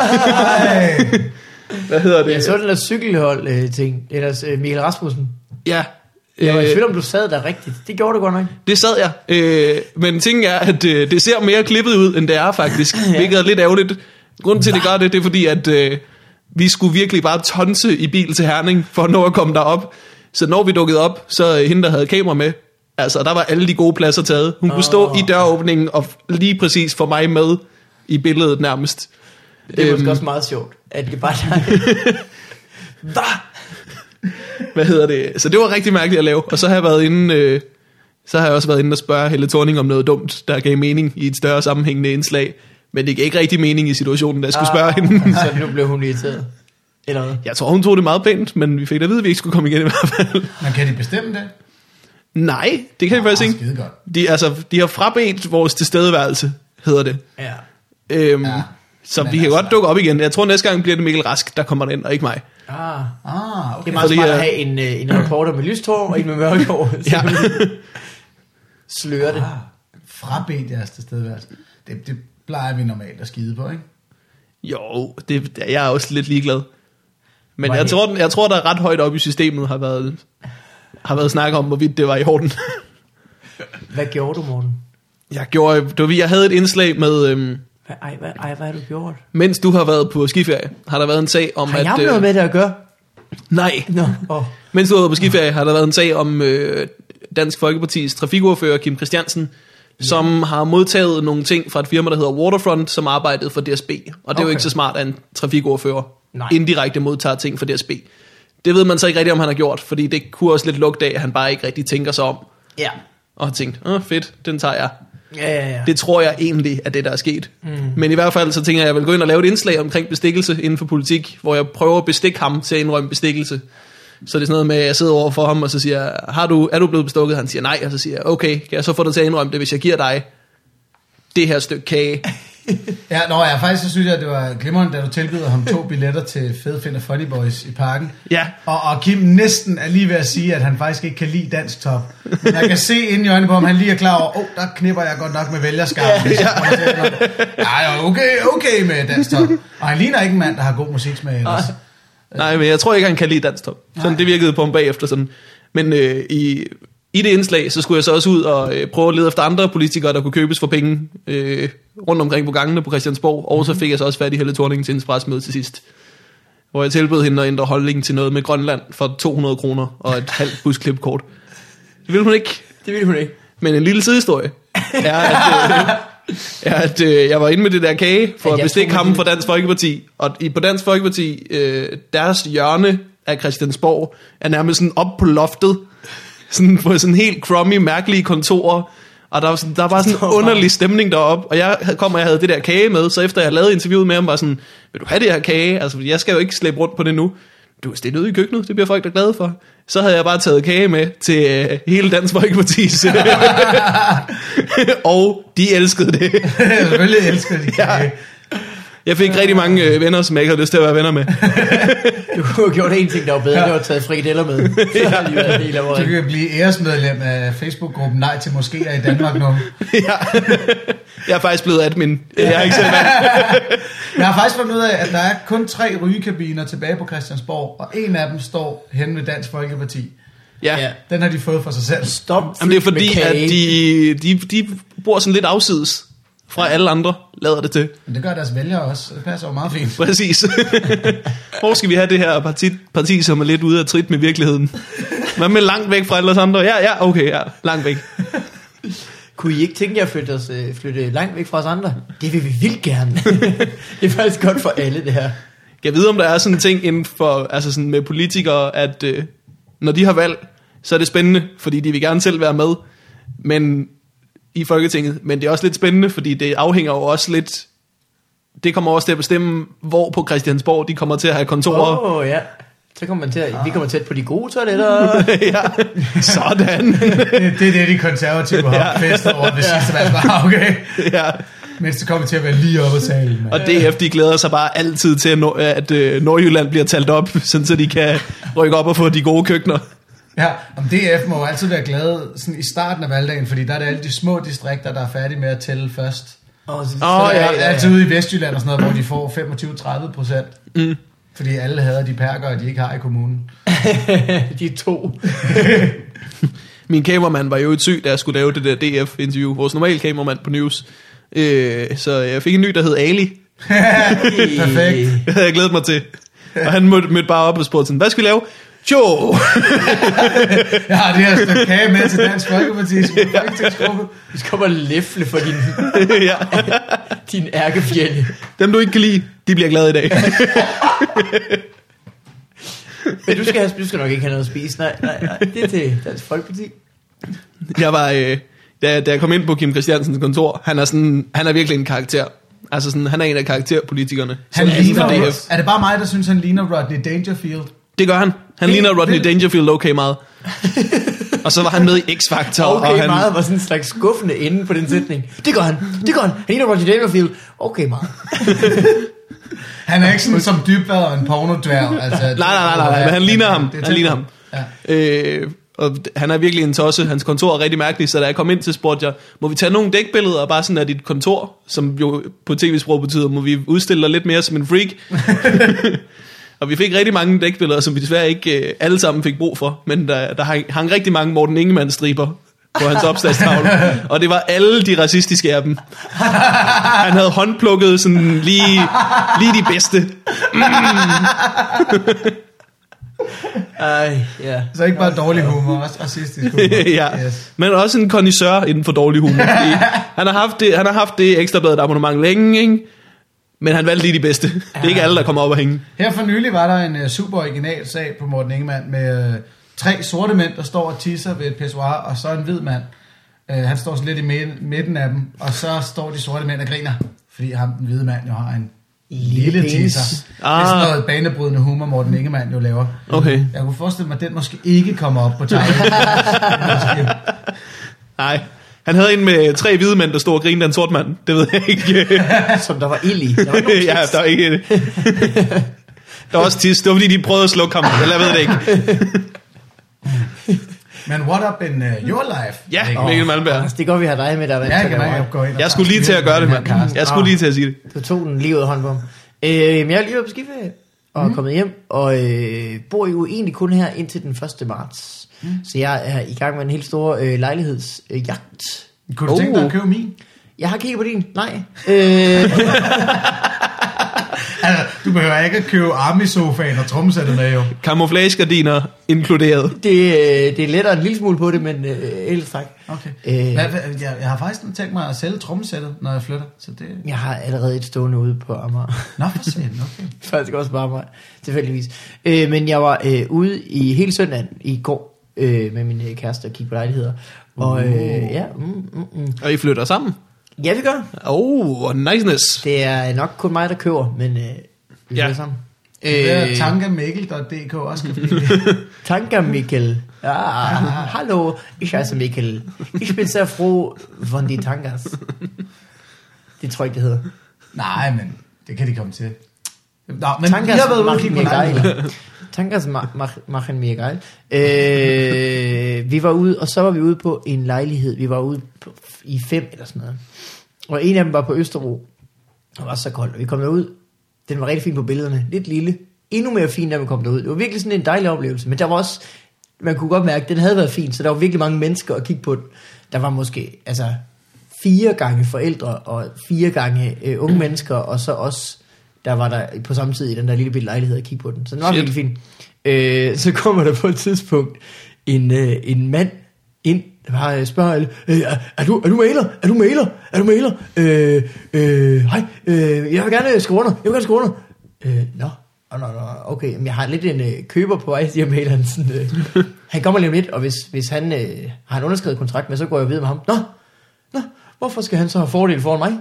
A: hvad hedder
B: Jeg
A: det?
B: så den der cykelhold-ting. Øh, ellers øh, Michael Rasmussen.
A: Ja.
B: Jeg var i
A: øh,
B: tvivl, om du sad der rigtigt. Det gjorde du godt nok.
A: Det sad jeg. Øh, men ting er, at øh, det ser mere klippet ud, end det er faktisk. ja. Hvilket er lidt ærgerligt. Grunden til, at det gør det, det er fordi, at øh, vi skulle virkelig bare tonse i bil til Herning, for at nå at komme derop. Så når vi dukkede op, så øh, hende, der havde kamera med, altså der var alle de gode pladser taget. Hun oh. kunne stå
B: Åh.
A: i døråbningen og f- lige præcis få mig med i billedet nærmest.
B: Det er måske
A: Øhm.
B: også meget sjovt, at det bare er dig. Hvad?
A: Hvad hedder det? Så det var rigtig mærkeligt at lave. Og så har jeg været inde... Øh, så har jeg også været inde og spørge Helle Thorning om noget dumt, der gav mening i et større sammenhængende indslag. Men det gav ikke rigtig mening i situationen, da jeg skulle spørge ah. hende.
B: Så nu blev hun irriteret. Eller hvad?
A: Jeg tror, hun tog det meget pænt, men vi fik da at vide, at vi ikke skulle komme igen i hvert fald.
C: men kan de bestemme det? Ah,
A: Nej, det kan vi faktisk ikke.
C: skide godt.
A: De, altså, de har frabedt vores tilstedeværelse, hedder det.
B: Ja.
A: Øhm,
C: Ja,
A: ja, så vi
C: men
A: kan
C: altså-
A: altså, godt dukke op igen. Jeg tror, næste gang bliver det Mikkel Rask, der kommer ind, og ikke mig.
B: Ah,
C: Ah, okay.
B: det er meget
A: Fordi,
B: smart
A: øh,
B: at have en, øh, en reporter med lyst hår og en med mørkt hår. Så
A: Ja.
B: ja. slører det.
C: Ah, frabedt jeres tilstedeværelse. Det, det plejer vi normalt at skide på, ikke?
A: Jo, det, jeg er også lidt ligeglad. Men
B: Var
A: jeg
B: det-
A: tror, den- jeg tror, der er ret højt op i systemet har været, har været snak om, hvorvidt det var i orden.
B: Hvad gjorde du, Morten?
A: Jeg gjorde, du ved, jeg havde et indslag med, øhm,
B: Hvad, ej, hvad, ej, hvad har du gjort?
A: mens du har været på skiferie, har der været en sag om,
B: Har
A: at... øh,
B: jeg noget med det at gøre?
A: Nej,
B: Nå, oh.
A: Mens du har været på skiferie, har der været en sag om øh, Dansk Folkepartis trafikordfører Kim Christiansen, som har modtaget nogle ting fra et firma, der hedder Waterfront, som arbejdede for DSB. Og det er jo
B: Okay.
A: ikke så smart, at en trafikordfører
B: Nej.
A: indirekte modtager ting fra DSB. Det ved man så ikke rigtigt, om han har gjort, fordi det kunne også lidt lugte af, at han bare ikke rigtig tænker sig om.
B: Ja.
A: Og har tænkt, Åh, fedt, den tager jeg.
B: Ja, ja, ja.
A: Det tror jeg egentlig er det, der er sket. Mm. Men i hvert fald så tænker jeg, at jeg vil gå ind og lave et indslag omkring bestikkelse inden for politik, hvor jeg prøver at bestikke ham til at indrømme bestikkelse. Så det er sådan noget med, at jeg sidder over for ham, og så siger jeg, Har du, er du blevet bestukket? Han siger nej, og så siger jeg, okay, kan jeg så få dig til at indrømme det, hvis jeg giver dig det her stykke kage?
C: Ja, nå, ja, faktisk så synes jeg, at det var glimrende, da du tilbyder ham to billetter til Fed Finder Funny Boys i parken.
A: Ja.
C: Og, og Kim næsten er lige ved at sige, at han faktisk ikke kan lide dansk top. Men jeg kan se ind i øjnene på ham, han lige er klar over, åh, oh, der knipper jeg godt nok med vælgerskab. Ligesom Ja, ja. ja, okay, okay med dansk top. Og han ligner ikke en mand, der har god musiksmag ellers.
A: Nej, men jeg tror ikke, han kan lide dansk top. Sådan, det virkede på ham bagefter. Sådan. Men øh, i, i det indslag, så skulle jeg så også ud og øh, prøve at lede efter andre politikere, der kunne købes for penge øh, rundt omkring på gangene på Christiansborg. Og så fik jeg så også fat i Helle Thorning til hendes pressemøde til sidst. Hvor jeg tilbød hende at ændre holdning til noget med Grønland for 200 kroner og et halvt busklipkort. Det ville hun ikke.
B: det ville hun ikke.
A: Men en lille sidehistorie er, at, øh, er, at øh, jeg var inde med det der kage for
B: At
A: at
B: jeg
A: bestikke
B: tog
A: ham
B: min-
A: fra Dansk Folkeparti. Og i, på Dansk Folkeparti, øh, deres hjørne af Christiansborg er nærmest sådan op på loftet. Sådan på sådan helt crummy, mærkelige kontorer. Og der var, sådan, der var sådan en
B: Nå,
A: underlig stemning deroppe. Og jeg havde- kom og jeg havde det der kage med, så efter jeg lavede interviewet med ham, var sådan, vil du have det her kage? Altså, jeg skal jo ikke slæbe rundt på det nu. Du er stillet ude i køkkenet, det bliver folk da glade for. Så havde jeg bare taget kage med til øh, hele Dansk Folkeparti's. og de elskede det.
C: Selvfølgelig elsker de kage.
A: Jeg fik rigtig mange øh, venner, som jeg ikke havde lyst til at være venner med.
B: Du kunne have gjort en ting, der var bedre, ja. det var taget frikadeller med. Så har de været helt af
C: Du
B: året.
C: kan blive æresmedlem af Facebook-gruppen Nej til Moskéer i Danmark nu.
A: ja. Jeg er faktisk blevet admin. Jeg er ikke selv valgt.
C: Jeg har faktisk fundet ud af, at der er kun tre rygekabiner tilbage på Christiansborg, og en af dem står hen ved Dansk Folkeparti.
A: Ja.
B: Ja.
A: ja.
C: Den har de fået for sig selv.
B: Stop
A: Jamen, det er
B: fyldt med
A: fordi, at
B: kage.
A: de, de, de bor sådan lidt afsides fra alle andre, lader det til.
C: Men det gør deres vælgere også. Det passer jo meget fint.
A: Præcis. Hvor skal vi have det her parti, parti, som er lidt ude af trit med virkeligheden? Hvad med langt væk fra alle os andre? Ja, ja, okay, ja, langt væk.
B: Kunne I ikke tænke jer at flytte, os, øh, flytte langt væk fra os andre? Det vil vi vildt gerne. det er faktisk godt for alle, det her.
A: Jeg ved, om der er sådan en ting inden for, altså sådan med politikere, at øh, når de har valg, så er det spændende, fordi de vil gerne selv være med men i Folketinget. Men det er også lidt spændende, fordi det afhænger jo også lidt... Det kommer også til at bestemme, hvor på Christiansborg de kommer til at have kontorer.
B: Åh, oh, ja. Så kommer man til at, vi kommer tæt på de gode toiletter.
A: ja, sådan.
C: Det, det er det, de konservative har festet over det sidste valg. Bare, Okay.
A: ja.
C: Mens det kommer til at være lige op ad salen.
A: Og
C: mand.
A: DF, de glæder sig bare altid til, at, Nor- at øh, Nordjylland bliver talt op, sådan så de kan rykke op og få de gode køkkener.
C: Ja, om DF må jo altid være glade sådan i starten af valgdagen, fordi der er det alle de små distrikter, der er færdige med at tælle først.
B: Åh,
A: Åh,
C: Oh,
A: ja, ja,
C: ja, ja, ja. Altid ude i Vestjylland og sådan noget, hvor de får 25-30 procent.
A: Mm.
C: Fordi alle hader de perker, de ikke har i kommunen.
B: de er to.
A: Min kameramand var jo et syg, da jeg skulle lave det der DF-interview. Vores normale kameramand på News. Øh, så jeg fik en ny, der hed Ali.
C: Perfekt.
A: Det havde jeg glædet mig til. Og han mødte, mødte bare op og spurgte sådan, hvad skal vi lave? Jo!
C: Jeg har det her stykke kage med til Dansk Folkeparti's folketingsgruppe.
B: Vi skal komme og læfle for din,
A: ja.
B: din ærkefjende.
A: Dem, du ikke kan lide, de bliver glade i dag.
B: Men du skal, have, du skal nok ikke have noget at spise. Nej, nej, nej. Det er til Dansk Folkeparti.
A: Jeg var, øh, da, da jeg kom ind på Kim Christiansens kontor, han er, sådan, han er virkelig en karakter. Altså sådan, han er en af karakterpolitikerne.
C: Han
A: Sådan inden for
C: ligner,
A: DF.
C: er det bare mig, der synes, han ligner Rodney Dangerfield?
A: Det gør han. Han
C: Det-
A: ligner Rodney
C: det-
A: Dangerfield okay meget. og så var han med i X-Factor. og
B: Okay, han...
A: han,
B: meget var sådan en slags skuffende ende på den sætning. Det gør han, det gør han. Han ligner Roger Dangerfield. Okay, meget.
C: Han er ikke sådan som dybvad og en pornodværg. Altså, nej,
A: nej, nej, nej, men han ligner ham. Han ligner ham.
C: Ja.
A: Øh, og d- han er virkelig en tosse. Hans kontor er rigtig mærkeligt, så da jeg kom ind til, spurgte jeg, må vi tage nogle dækbilleder bare sådan af dit kontor, som jo på tv-sprog betyder, må vi udstille dig lidt mere som en freak? og vi fik rigtig mange dækbilleder, som vi desværre ikke øh, alle sammen fik brug for, men der, der hang, hang rigtig mange Morten Ingemann-striber på hans opslagstavle, og det var alle de racistiske af dem. Han havde håndplukket sådan lige, lige de bedste.
B: Ej, ja.
C: Så ikke bare dårlig humor, også racistisk humor.
A: ja.
C: Yes.
A: Men også en kondisør inden for dårlig humor. Fordi han har haft det, han har haft det ekstrabladet abonnement længe, ikke? Men han valgte lige de bedste. Det er ikke alle, der kommer op og hænge.
C: Her for nylig var der en uh, super original sag på Morten Ingemann med uh, tre sorte mænd, der står og tisser ved et pissoir, og så en hvid mand. Uh, han står sådan lidt i midten, midten af dem, og så står de sorte mænd og griner, fordi ham, den hvide mand, jo har en
B: Lille
C: lille
B: penis.
C: tisser. Ah. Det er sådan noget banebrydende humor, Morten Ingemann jo laver.
A: Okay.
C: Jeg kunne forestille mig, at den måske ikke kommer op på tegnet. Måske.
A: Nej. Han havde en med tre hvide mænd, der stod og grinede af en sort mand. Det ved jeg ikke.
B: Som der var ild i. Der var ikke nogen
A: ja,
B: tekst.
A: der er ikke... Der var også tis. Det var fordi, de prøvede at slukke ham. Eller jeg ved det ikke.
C: Men what up in uh, your life?
A: Ja, Mikkel Malmberg.
B: Altså, det er godt, vi har dig med, der er vant
C: Ja,
B: til
C: kan
B: at lave
C: man jo
B: radio.
C: gå ind og
A: Jeg skulle lige til at gøre det, mand. Jeg skulle lige til at sige det.
B: Du tog den lige ud af hånden på ham. Øh, men jeg er lige været på skiferie og mm. kommet hjem, og øh, bor jo egentlig kun her indtil den 1. marts. Mm. Så jeg er i gang med en helt stor øh, lejlighedsjagt. Øh, jagt.
C: Kunne du tænke dig
A: Oh.
C: at købe min?
B: jeg har kigget på din, nej. Øh,
C: Altså, du behøver ikke at købe army-sofaen og trommesættet med, jo.
A: Camouflagegardiner inkluderet.
B: det, øh, det er lettere en lille smule på det, men øh, ellers tak.
C: Okay.
B: Øh.
C: Hvad, hvad, jeg, jeg har faktisk tænkt mig at sælge trommesættet, når jeg flytter. Så det...
B: Jeg har allerede et stående ude på Amager.
C: Nå, for sent, okay.
B: Faktisk også bare mig, tilfældigvis. Øh, men jeg var øh, ude i hele søndagen i går øh, med min øh, kæreste og kiggede på lejligheder. Og øh, ja, mm, mm, mm.
A: Og I flytter sammen.
B: ja, vi gør.
A: Oh, niceness.
B: Det er nok kun mig, der køber, men øh, vi
A: Ja.
B: ja. sammen. Øh.
C: Det er tankamikkel.dk også kan blive
B: Tanker Mikkel. Ja, hallo, ich heiße Mikkel. Ich bin sehr froh von die Tankers. Det tror jeg ikke, det hedder.
C: Nej, men det kan de komme til. Nå, men Tankers,
B: Tankers
C: jeg har været ude og
B: machen
C: kigge på
B: mir
C: lejligheder.
B: geil. Tankers ma- mach- machen mir geil. Øh, vi var ude, og så var vi ude på en lejlighed. Vi var ude på, i fem eller sådan noget. Og en af dem var på Østerbro. Og var så kold. Og vi kom derud. Den var rigtig fin på billederne. Lidt lille. Endnu mere fin, da vi kom derud. Det var virkelig sådan en dejlig oplevelse. Men der var også... Man kunne godt mærke, at den havde været fin, så der var virkelig mange mennesker at kigge på den. Der var måske altså, fire gange forældre og fire gange øh, unge mennesker, og så os, der var der på samme tid i den der lille bitte lejlighed at kigge på den. Så den var
A: Shit.
B: virkelig fin. Øh, så kommer der på et tidspunkt en, øh, en mand ind, der bare øh, spørger alle, øh, er, er, du, er du maler? Er du maler? Er du maler? Øh, øh, hej, øh, jeg vil gerne øh, skrive under. Jeg vil gerne skrive under. Øh, nå, nå, nå, nå, okay. Men jeg har lidt en øh, køber på vej, siger maleren. Sådan, øh. Han kommer lige om lidt, og hvis, hvis han øh, har en underskrevet kontrakt med, så går jeg videre med ham. Nå, nå, hvorfor skal han så have fordel foran mig?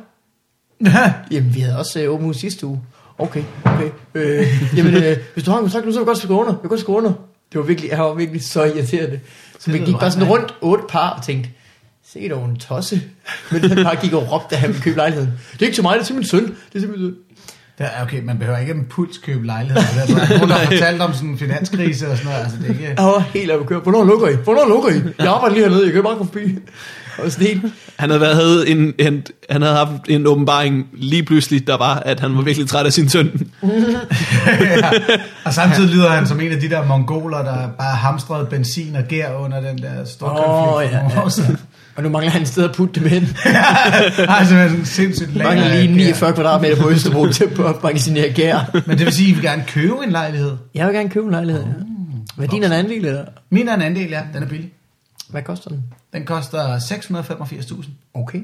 B: Jamen, vi havde også øh, åben hus sidste uge. Okay, okay. Øh, jamen, øh, hvis du har en kontrakt nu, så vil jeg godt skrive under. Jeg vil godt skrive under. Det var virkelig, jeg var virkelig så irriterende. Så vi
C: lyder
B: gik bare sådan
C: meget
B: rundt otte par og tænkte, se dog en tosse. Men han bare gik og råbte, da han ville købe lejligheden. Det er ikke til mig, det er til min søn. Det er til min søn.
C: Ja, okay, man behøver ikke en puls købe lejligheder. Det er der bare nogen, der har fortalt om sådan en finanskrise og sådan noget. Altså, det er ikke...
B: Jeg var helt oppe at køre. Hvornår lukker I? Hvornår lukker I? Jeg arbejder lige hernede, jeg kan bare komme forbi. Og sådan helt,
A: Han havde, været, havde en, en, han havde haft en åbenbaring lige pludselig, der var, at han var virkelig træt af sin søn.
C: Og samtidig lyder han som en af de der mongoler, der bare hamstrede benzin og gær under den der store
B: Åh, ja, ja. og nu mangler han et sted at putte dem hen.
C: Har simpelthen sådan sindssygt
B: Han
C: lager.
B: mangler
C: af
B: lige
C: gær.
B: 49 kvadratmeter på Østerbro til at magasinere gær.
C: Men det vil sige, at I vil gerne købe en lejlighed.
B: Jeg vil gerne købe en lejlighed. Ja. Hvad er din en andel, eller?
C: Min er en andel, ja. Den er billig.
B: Hvad koster den?
C: Den koster 685.000.
B: Okay.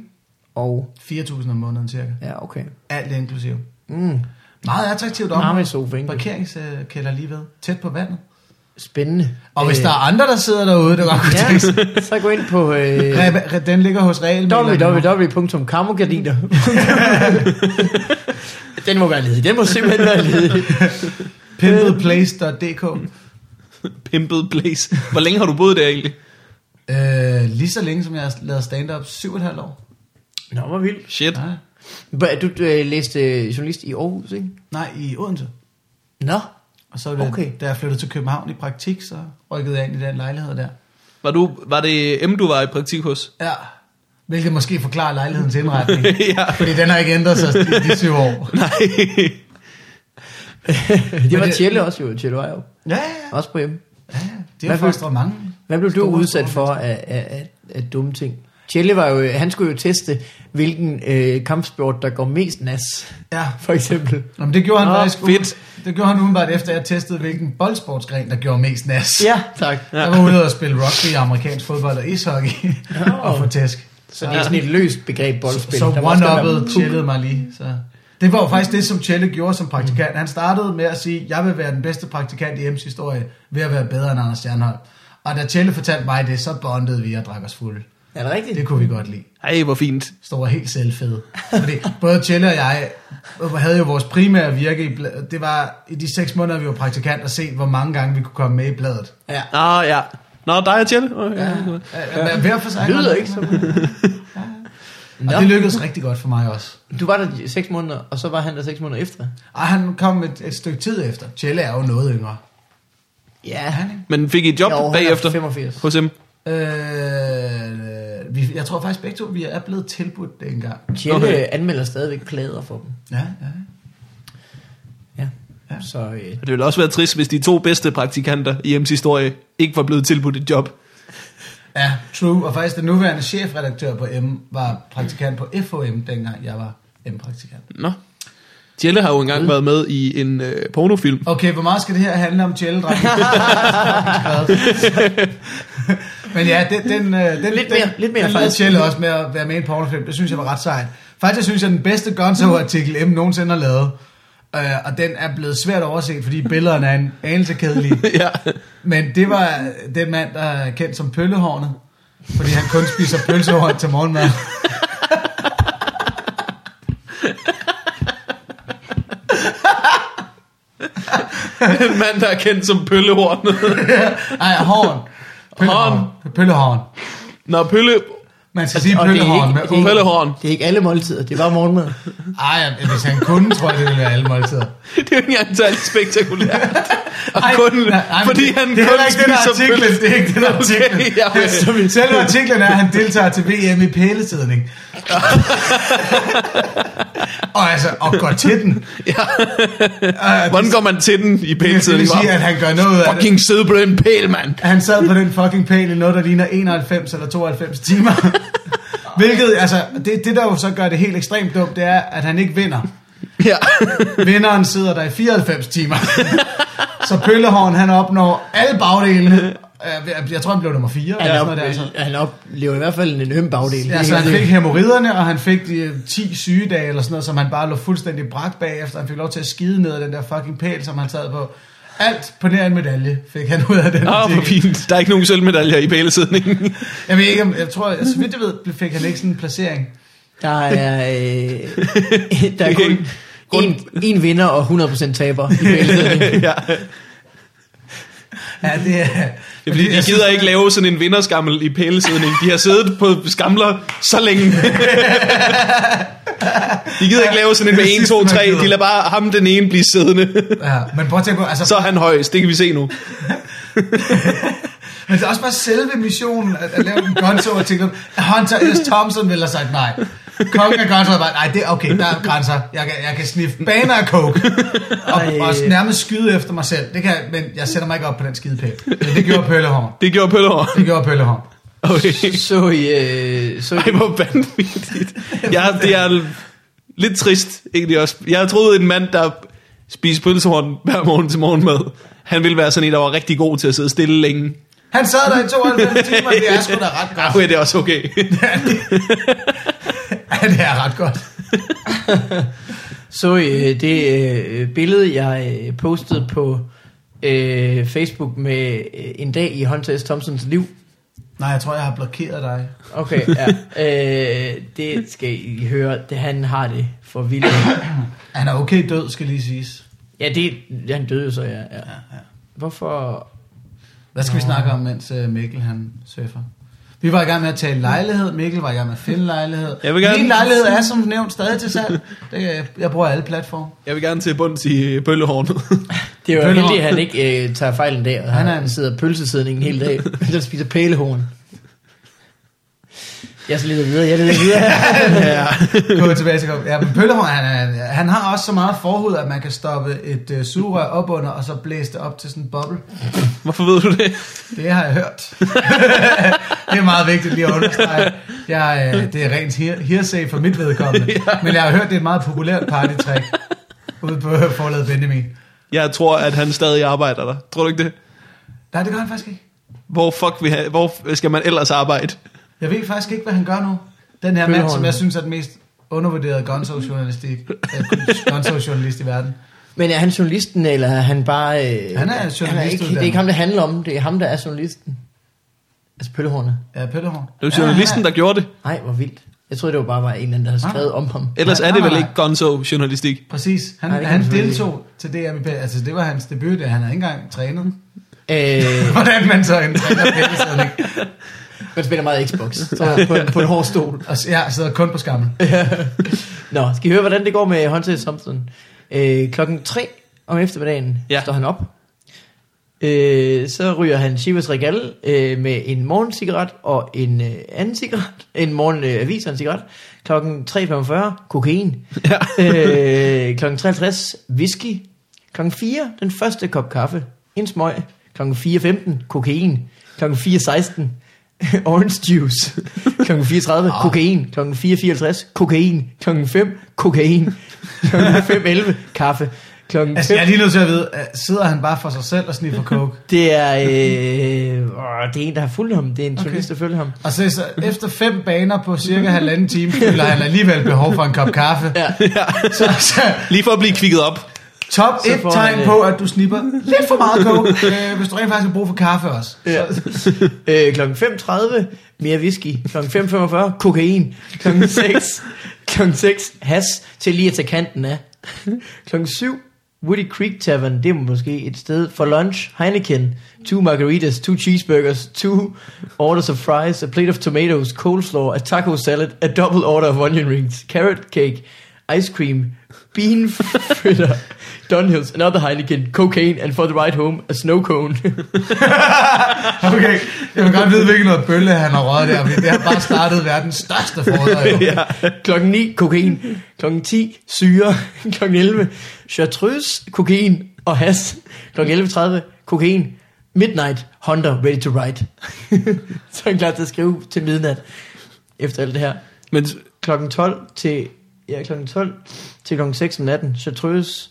B: Og,
C: 4.000 om måneden cirka.
B: ja, okay.
C: Alt inklusive.
B: Mm.
C: Meget attraktivt
B: Meget
C: område.
B: sofa, ikke?
C: Parkeringskælder lige ved. Tæt på vandet.
B: Spændende. Øh,
C: Og hvis der er andre, der sidder derude, der godt kunne
B: ja,
C: tænke sig.
B: så gå ind på øh,
C: Reba- re- Den ligger hos Real.
B: www.kammergardiner. den må være ledig. Den må simpelthen være ledig.
C: Pimpedplace.dk
A: Pimped place. Hvor længe har du boet der egentlig?
C: Øh, lige så længe, som jeg har lavet stand-up, syv og et halvt år.
B: Nå, hvor vildt.
A: Shit.
C: Nej,
B: Ba- Du, du øh, læste øh, journalist i Aarhus, ikke?
C: nej i Odense.
B: Nå.
C: Og så da,
B: Okay.
C: okay. da jeg flyttede til København i praktik, så rykkede jeg ind i den lejlighed der.
A: Var, du, var det M, du var i praktik hos?
C: Ja, hvilket måske forklarer lejlighedens indretning.
A: ja.
C: fordi den har ikke ændret sig i de syv år.
A: Nej.
B: Det var
C: det-
B: Tjelle også jo, Tjelle var jo
C: Ja, ja,
B: også på hjemme.
C: ja. Det
B: Hvad
C: er
B: for-
C: faktisk mange.
B: Hvad blev du
C: Store,
B: udsat
C: store
B: for af, af, af, af dumme ting? Tjelle var jo, øh, han skulle jo teste, hvilken øh, kampsport, der går mest nas,
C: Ja,
B: for eksempel.
C: Nå, men det gjorde han
A: Nå,
C: faktisk
A: fedt.
C: Ude, det gjorde han udenbart efter, at jeg testede, hvilken boldsportsgren, der gjorde mest nas.
B: Ja, tak.
C: Ja. Jeg var ude og spille rugby, amerikansk fodbold og ishockey.
B: Nå.
C: og få tæsk.
B: Så det er sådan et løst begreb boldspil.
C: Så
B: Der må også godt være
C: one-uppet
B: puk.
C: chillede mig lige. Så. Det var jo faktisk det, som Chelle gjorde som praktikant. Han startede med at sige, jeg vil være den bedste praktikant i M's historie, ved at være bedre end Anders Stjernholm. Og da Chelle fortalte mig det, så bondede vi og drak os fulde.
B: Er det rigtigt?
C: Det kunne vi godt lide.
A: Ej, hvor fint.
C: Står var helt selvfed. Fordi både Chelle og jeg øh, havde jo vores primære virke i bladet. Det var i de seks måneder, vi var praktikant, at se, hvor mange gange vi kunne komme med i bladet.
B: Ja.
A: Ah, ja. Nå, dig og Tjelle. Okay.
C: Ja,
A: Ja.
C: ja. øh, Hver for sig.
B: Lyder ikke som...
C: Og det lykkedes rigtig godt for mig også.
B: Du var der i seks måneder, og så var han der seks måneder efter.
C: Og han kom et, et stykke tid efter. Chelle er jo noget yngre.
B: Ja,
C: Er han ikke?
A: Men fik I et job
B: Jo, han er
A: bagefter
B: 85.
A: hos M?
C: Øh, vi, jeg tror faktisk begge to, vi er blevet tilbudt det engang.
B: Tjelle
A: Okay.
B: okay. anmelder stadigvæk plader for dem.
C: Ja, ja.
B: Ja.
C: Ja.
B: Så øh,
A: Og det ville også være trist, hvis de to bedste praktikanter i M's historie ikke var blevet tilbudt et job.
C: Ja, true. Og faktisk den nuværende chefredaktør på M var praktikant på FOM, dengang jeg var M-praktikant.
A: Nå. Tjelle har jo engang været med i en øh, pornofilm.
C: Okay, hvor meget skal det her handle om tjæledreng? Men ja, den, den, øh,
B: Lidt
C: den,
B: mere,
C: den,
B: lidt mere
C: den
B: faktisk.
C: faktisk. også med at være med i en pornofilm. Det synes jeg var ret sejt. Faktisk synes jeg, den bedste Gonzo-artikel M nogensinde har lavet. Øh, og den er blevet svært overset, fordi billederne er en anelse kedelige.
A: ja.
C: Men det var den mand, der er kendt som pøllehornet. Fordi han kun spiser pølsehorn til morgenmad.
A: en mand, der er kendt som pøllehornet.
C: Ej, horn. Pøllehorn. Pøllehorn.
A: Nå, pølle... altså,
C: Man skal sige
B: og det er
C: pøllehorn
B: ikke-
C: med
B: det er
C: O.
B: ikke-
A: Pøllehorn.
B: det er ikke alle måltider, det var morgenmad.
C: Ej, ja, hvis han kunne, tror jeg, det ville være alle måltider.
A: Det er jo ikke engang særlig spektakulært. Og
C: Ej,
A: kun,
C: nej, nej, men
A: fordi
C: det,
A: han
C: det er
A: kun
C: heller ikke det, der er
A: spiser
C: artiklen. Det er ikke det, der er artiklen.
A: Okay, ja, men-
C: Okay, Selve artiklen er, at han deltager til VM i pælesidning. og altså, og går til den.
A: Ja.
C: Og
A: Hvordan går man til den i
C: det, det
A: pæltiden?
C: vil sige, at han gør noget af det.
A: Fucking sidde på den pæl, mand.
C: Han sad på den fucking pæl i noget, der ligner 91 eller 92 timer. Hvilket, altså, det, det der jo så gør det helt ekstremt dumt, det er, at han ikke vinder.
A: Ja.
C: Vinderen sidder der i 94 timer. så Pøllehorn, han opnår alle bagdelene. Øh, Jeg tror, han blev nummer 4.
B: Han,
C: eller
B: op,
C: sådan noget der, altså.
B: han oplever i hvert fald en øm bagdel.
C: Ja, så han fik hemorriderne, og han fik de øh, 10 sygedage eller sådan noget, som han bare lå fuldstændig brak bagefter. Han fik lov til at skide ned af den der fucking pæl, som han sad på. Alt på nær en medalje fik han ud af den.
A: Åh, oh, hvor
C: artikel.
A: fint. Der er ikke nogen sølvmedaljer i pælesidningen.
C: jeg ved ikke, om, jeg tror, altså, så vidt jeg ved, fik han ikke sådan en placering.
B: Der er, øh, der er kun
A: Ikke-
B: en, en vinder og 100% taber i billedet.
A: ja.
C: Ja, det er...
A: Det er fordi, de
C: jeg synes-
A: gider ikke lave sådan en vinderskammel i pælesidning. De har siddet på skamler så længe. de gider ikke lave sådan en med
C: Det er
A: 1, 2,
C: sidste, man
A: 3.
C: gider.
A: De lader bare ham den ene blive siddende.
C: Ja, men prøv at tænke på, altså,
A: så er han højst. Det kan vi se nu.
C: Men det er også bare selve missionen at, at lave en Gonzo-artikel. Hunter S. Thompson ville have sagt nej. Kongen af Gonzo havde bare, nej, det er okay, der er grænser. Jeg kan, jeg kan sniffe baner af coke. Og,
B: Ej.
C: og nærmest skyde efter mig selv. Det kan, jeg- men jeg sætter mig ikke op på den skide pæl. Men det gjorde Pøllehorn.
A: Det gjorde Pøllehår.
C: Det gjorde Pøllehorn.
A: Okay.
B: Så I, øh, så
A: Ej,
B: I,
A: hvor vanvittigt. Jeg, det er lidt trist, egentlig også. Jeg troede, en mand, der spiser pølsehorn hver morgen til morgenmad, han ville være sådan en, der var rigtig god til at sidde stille længe.
C: Han sad der i 92 timer, det er sgu da ret godt.
A: Okay, det er også okay.
C: Ja, det er ret godt.
B: så I øh, det øh, billede, jeg øh, postede på øh, Facebook med øh, en dag i Hunter S. Thompsons liv.
C: Nej, jeg tror, jeg har blokeret dig.
B: Okay, ja. øh, det skal I høre. Det, han har det for vildt.
C: Han er okay død, skal lige siges.
B: Ja, det, han døde jo så, ja. ja. Hvorfor?
C: Hvad skal vi snakke om, mens øh, Mikkel han surfer? Vi var i gang med at tale lejlighed, Mikkel var i gang med at finde lejlighed.
A: Jeg vil gerne-
C: Min lejlighed er som nævnt stadig til salg. Det, jeg, jeg bruger alle platforme.
A: Jeg vil gerne til bunds i øh, bøllehornet.
B: Det er jo
C: Pølsehorn.
B: heldigt, at han ikke øh, tager fejl en dag, og han,
C: Han er
B: han
C: en-
B: sidder pølsesidningen hele dag, der spiser pælehorn. Jeg skal lidt videre, jeg lidt videre.
C: ja, gå tilbage til Ja, men Pøllehorn, han, er, han har også så meget forhud, at man kan stoppe et øh, sugerør op under, og så blæse det op til sådan en boble.
A: Hvorfor ved du det?
C: Det har jeg hørt. det er meget vigtigt lige at understrege. Jeg, øh, det er rent hir- hearsay for mit vedkommende. Men jeg har hørt, det er et meget populært partytrick ude på forladet Benjamin.
A: Jeg tror, at han stadig arbejder der. Tror du ikke det?
C: Nej, det gør han faktisk ikke.
A: Hvor, fuck vi have, hvor skal man ellers arbejde?
C: Jeg ved faktisk ikke, hvad han gør nu. Den her mand,
B: Pøllehorn.
C: som jeg synes er den mest undervurderede gonzo-journalistik, gonzo-journalist i verden.
B: Men er han journalisten, eller er han bare... Øh,
C: Han er
B: han er ikke,
C: journalistuddannet.
B: Det er ikke ham, det handler om, det er ham, der er journalisten. Altså pøllehornet.
C: Ja, Pøllehorn.
A: Det var journalisten, der gjorde det.
B: Nej, hvor vildt. Jeg troede, det var bare var en eller anden, der havde
C: Nej.
B: skrevet om ham.
A: Ellers
C: Nej,
A: er det
C: nej,
A: vel
C: nej.
A: ikke gonzo-journalistik.
C: Præcis.
B: Nej,
C: Han, Nej,
B: det kan
C: han
B: man selvfølgelig
C: deltog til DM i Belgien. Altså, det var hans debut, og han havde ikke engang trænet.
B: Øh,
C: Hvordan man så en træner pællesidning.
B: man spiller meget Xbox så på, en, på en hård stol.
C: Og s- jeg sidder kun på skammen.
B: Nå, skal I høre, hvordan det går med Hunter Thompson? Øh, klokken 3 om eftermiddagen ja.
A: Ja.
B: står han op. Øh, så ryger han Chivas Regal øh, med en morgencigaret og en øh, anden cigaret. En morgen øh, avis og en cigaret. Klokken 3.45, kokain. Ja. øh, klokken 3.50, whisky. Klokken 4, den første kop kaffe. En smøg. Klokken 4.15, kokain. Klokken 4.16, orange juice. Klokken
C: Ah.
B: 4.30, kokain. Klokken 4.54, kokain. Klokken 5, kokain. Klokken 5.11, kaffe. Klokken
C: Altså, jeg er lige nødt til at vide, øh, sidder han bare for sig selv og sniffer coke?
B: Det er, øh, åh, det er en, der har fulgt ham. Det er en journalist, der følger ham.
C: Og så, så efter fem baner på cirka halvanden time, føler han alligevel behov for en kop kaffe.
B: Ja.
C: Så, så
A: Lige for at blive kvikket op.
C: top
B: Så
C: et
B: får
C: tegn
B: han,
C: på, at du snipper lidt for meget coke, øh, hvis du rent faktisk har brug for kaffe også.
B: Ja. Øh, klokken 5.30, mere whisky. Klokken 5.45, kokain. Klokken 6, klokken 6, has til lige at tage kanten af. Klokken 7, Woody Creek Tavern, det er måske et sted for lunch. Heineken, two margaritas, two cheeseburgers, two orders of fries, a plate of tomatoes, coleslaw, a taco salad, a double order of onion rings, carrot cake, ice cream, bean fritter, Dunhills, another Heineken, cocaine, and for the ride home, a snow cone.
C: Okay, jeg vil godt vide, hvilken noget bølle han har røget der, fordi det har bare startet verdens største forræder. Ja.
B: Klokken 9, kokain. Klokken 10, syre. Klokken 11, chartreuse, kokain og has. Klokken 11.30, kokain. Midnight, Honda, ready to ride. så er han klar til at skrive til midnat efter alt det her.
A: Men
B: Klokken 12 til, ja, klokken 12 til klokken 6 om natten. Chartreuse,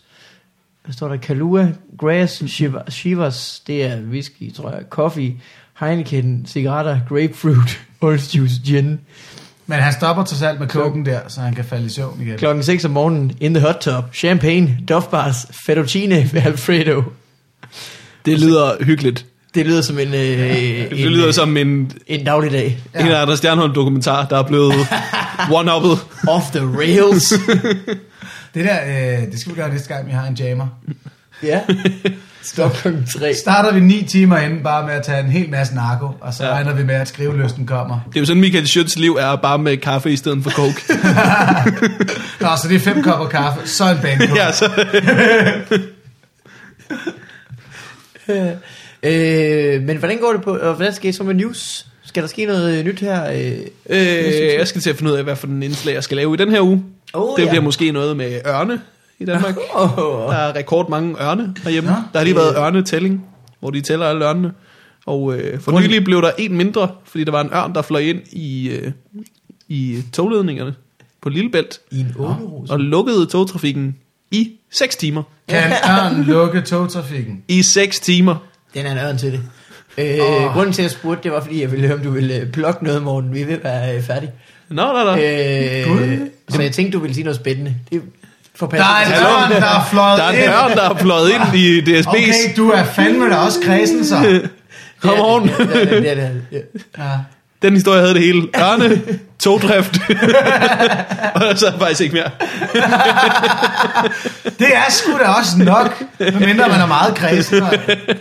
B: hvad står der? Kalua, Grass, Shiva- Shivas, det er whisky, tror jeg. Coffee, Heineken, cigaretter, grapefruit, orange juice, gin.
C: Men han stopper trods alt med koken der, så han kan falde i søvn igen.
B: Klokken 6 om morgenen, in the hot tub, champagne, Duff Bars, fettuccine med Alfredo.
A: det lyder hyggeligt.
B: Det lyder som en, øh,
A: Det
B: en,
A: lyder
B: øh,
A: som en,
B: en dagligdag.
A: en af Anders Stjernholm-dokumentar, der er blevet one-uppet.
B: Off the rails.
C: Det der, øh, det skal vi gøre næste gang, vi har en jammer.
B: ja. Stop klokken 3.
C: Starter vi ni timer inden bare med at tage en hel masse narko, og så ja.
A: Ja.
C: regner vi med, at skriveløsten kommer.
A: Det er jo sådan, Michael Schøtz liv er, bare med kaffe i stedet for coke.
C: Nå, så det er fem kopper kaffe, så en banko.
A: ja,
C: ja.
A: så,
B: Øh, men hvordan går det på, og hvordan skal I så med news? Skal der ske noget øh, nyt her? Øh,
A: øh, jeg skal til at finde ud af, hvad for den indslag, jeg skal lave i den her uge.
B: Oh,
A: det
B: ja.
A: bliver måske noget med ørne i Danmark.
B: Åh.
A: Der er rekordmange ørne herhjemme.
C: Nå.
A: der har lige været ørnetælling, hvor de tæller alle ørnene. Og øh, for nylig blev der en mindre, fordi der var en ørn, der fløj ind i, øh, i togledningerne på Lillebælt
B: I en åberose.
A: og lukkede togtrafikken i 6 timer.
C: Kan ørnen lukke togtrafikken?
A: I 6 timer.
B: Den er en ørn til det. Øh,
C: Åh.
B: Grunden til, at jeg spurgte, det var, fordi jeg ville høre, om du ville øh, plukke noget, Morten. Vi er ved at være øh, færdige.
A: Nå, nå, nå.
B: Øh,
C: Gud.
B: så jeg tænkte, du ville sige noget spændende. Det
C: Der er en ørn, der er fløjet
A: Der er en
C: ind.
A: ørn, der er pløjet ind i DSB's.
C: Okay, du er fandme da også kredsen, så.
A: Come on.
B: Ja, det er det. Ja.
C: Ja.
A: den historie havde det hele. Arne, togdrift. og så er der faktisk ikke mere.
C: Det er sgu da også nok, medmindre man er meget kredsen og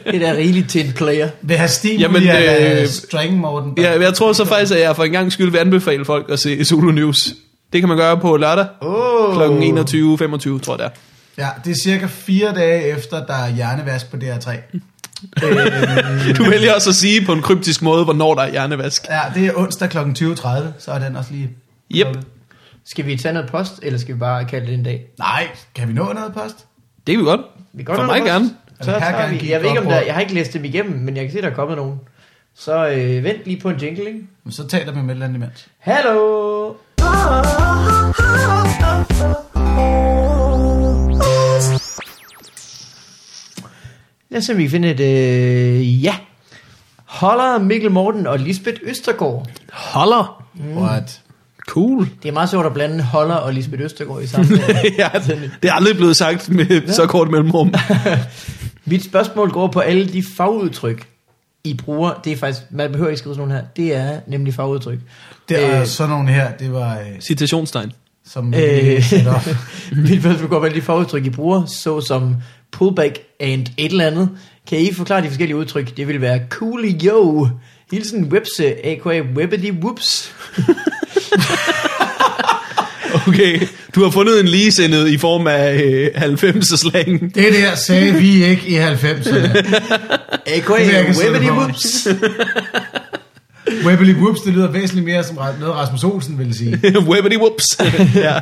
B: Det er rigeligt til en player.
C: vil have stil
A: Jamen,
C: Jamen, af
A: øh,
C: øh, String Morten.
A: Ja, jeg tror så faktisk, at jeg for en gang skyld vil anbefale folk at se Zulu News. Det kan man gøre på lørdag
C: Oh.
A: kl. 21.25, tror jeg det er.
C: Ja, det er cirka fire dage efter, der er hjernevask på DR3. øh,
A: Du vælger også at sige på en kryptisk måde, hvornår der er hjernevask.
C: Ja, det er onsdag kl. 20.30, så er den også lige...
A: Yep,
B: Skal vi tage noget post, eller skal vi bare kalde det en dag?
C: Nej, kan vi nå noget post?
A: det er vi godt.
B: Vi kan godt
A: For
B: nå noget
A: mig gerne.
B: post. Så
C: Eller her
B: tager
C: kan
B: vi.
C: give
B: Jeg ved ikke, om
C: et
B: der,
C: godt råd.
B: jeg har ikke læst dem igennem, men jeg kan se, der er kommet nogen. Så øh, vent lige på en jingle, ikke?
C: Men Så taler vi med et eller andet imens.
B: Hallo! Lad os se, om vi kan finde et øh, ja. Holder Mikkel Morten og Lisbeth Østergaard.
A: Holder.
C: Mm. What?
A: Cool.
B: Det er meget sjovt at blande Holder og Lisbeth Østergaard i samme
A: ja, det er aldrig blevet sagt med så kort mellemrum.
B: Mit spørgsmål går på alle de fagudtryk, I bruger. Det er faktisk, man behøver ikke skrive sådan nogle her. Det er nemlig fagudtryk.
C: Det er
B: Øh.
C: øh. sådan nogle her, det var øh,
A: Citationstegn.
C: som...
B: Øh,
C: Øh. Øh.
B: mit spørgsmål går på alle de fagudtryk, I bruger, såsom pullback and et eller andet. Kan I forklare de forskellige udtryk? Det vil være coolio, hilsen webse, aka webbedy whoops.
A: Okay, du har fundet en ligesindet i form af øh, 90'er-slangen.
C: Det der sagde vi ikke i 90'erne.
B: Aka
C: Det vil jeg ikke sidde
B: webbedy
C: for.
B: whoops.
C: Webbly Whoops, det lyder væsentligt mere som ra- noget, Rasmus Olsen ville sige.
A: Webbity whoops. ja.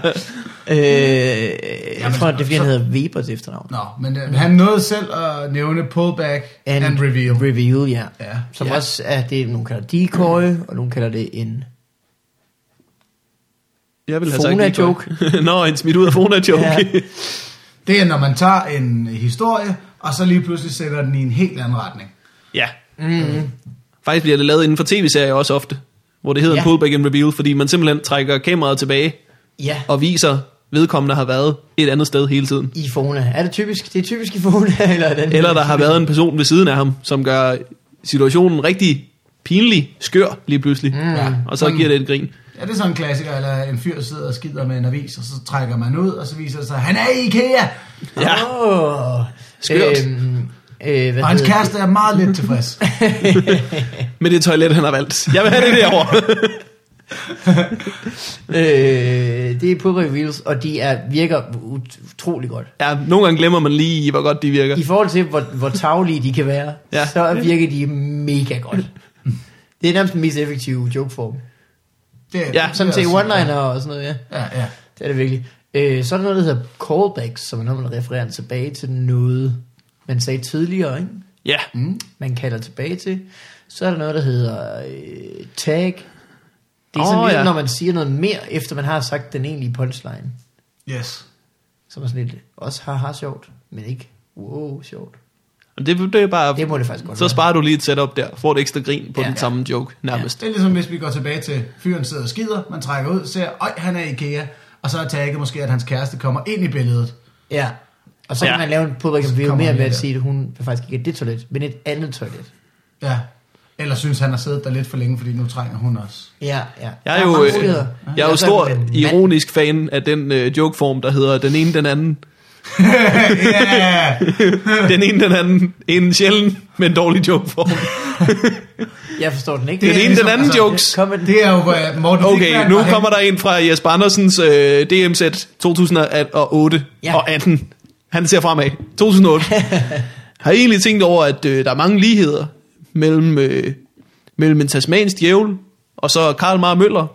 B: Øh, jeg
C: Jamen,
B: tror, det er fordi, han
C: så-
B: hedder Weber til efternavn.
C: Nå, men øh, han nåede selv at nævne pullback and, and reveal.
B: Reveal, ja.
C: Ja. Mm.
B: Som
A: Ja.
B: ja. også er det, nogen kalder decoy, og nogen kalder det en...
A: Jeg vil have
B: Fona-joke.
A: sagt Nå, en smidt ud af Fona-joke.
B: Ja.
C: Det er, når man tager en øh, historie, og så lige pludselig sætter den i en helt anden retning.
A: ja. Mm. Faktisk bliver det lavet inden for tv-serier også ofte, hvor det hedder ja.
B: Ja.
A: en pullback and reveal, fordi man simpelthen trækker kameraet tilbage
B: Ja,
A: og viser, vedkommende har været et andet sted hele tiden.
B: i Fona. Er det typisk? Det er typisk i Fona, eller er det
A: Eller der har været en person ved siden af ham, som gør situationen rigtig pinlig, skør lige pludselig. Mm. Ja. Og så
C: Sådan-
A: giver det et grin.
C: Ja, det er sådan en klassiker, eller en fyr sidder og skider med en avis, og så trækker man ud, og så viser det sig, han er i IKEA,
A: Ja.
B: Oh,
A: Skørt.
B: Øhm, øh, hvad
C: og hans
B: hedder det?
C: kæreste er meget lidt tilfreds.
A: Med det toilet, han har valgt. Jeg vil have det derovre.
B: Øh, det er på reveals, og de er, virker ut- utrolig godt.
A: ja, nogle gange glemmer man lige, hvor godt de virker.
B: I forhold til, hvor, hvor taglige de kan være,
A: Ja.
B: ja. så virker de mega godt. Det er nærmest den mest effektive jokeform.
C: Det er,
A: Ja,
C: det
B: Sådan
C: er
B: til
C: også-
B: one-liner og sådan noget, ja.
C: Ja, ja.
B: Det er det virkelig. Øh, så er der noget, der hedder callbacks, som er, når man refererer tilbage til noget, man sagde tidligere, ikke?
A: Ja,
B: man kalder tilbage til. Så er der noget, der hedder øh, tag. Det er oh,
A: Åh,
B: sådan lidt,
A: ja.
B: ja. når man siger noget mere, efter man har sagt den egentlige punchline.
C: Yes.
B: Som er sådan lidt, også har har sjovt, men ikke wow sjovt.
A: og det, det er bare...
B: Det må det faktisk godt
A: så
B: være.
A: sparer du lige et setup der. Får et ekstra grin på ja,
B: Ja.
A: den samme joke, nærmest.
C: Det er ligesom, hvis vi går tilbage til, fyren sidder og skider, man trækker ud, ser, øj, han er i IKEA, og så er tagget måske, at hans kæreste kommer ind i billedet.
B: Ja. Og så
A: Ja.
B: kan man lave en public review
C: kommer
B: mere
C: han
B: ved at
C: lige
B: sige, at hun vil faktisk ikke er det toilet, men et andet toilet.
C: Ja. Eller synes, han har siddet der lidt for længe, fordi nu trænger hun også.
B: Ja, ja.
A: Jeg er
B: Der
A: jo,
B: mange
A: øh,
B: muligheder.
A: jeg er jo
B: så
A: stor
B: en mand.
A: ironisk fan af den øh, jokeform, der hedder den ene, den anden.
C: Ja,
A: Den ene, den anden. En sjælden, men dårlig jokeform.
B: Jeg forstår den ikke.
A: Den ene, den
B: altså,
A: anden jokes.
B: Kom med den.
C: det er jo, hvor Morten
A: Okay,
C: Wigman
A: nu
C: var hen-
A: kommer der en fra Jesper Andersens øh, DMZ 2008 ja.
B: Ja.
A: og 18. Han ser fremad. 2008. Har I egentlig tænkt over, at øh, der er mange ligheder mellem, øh, mellem en tasmansk djævel og så Karl Mar Møller?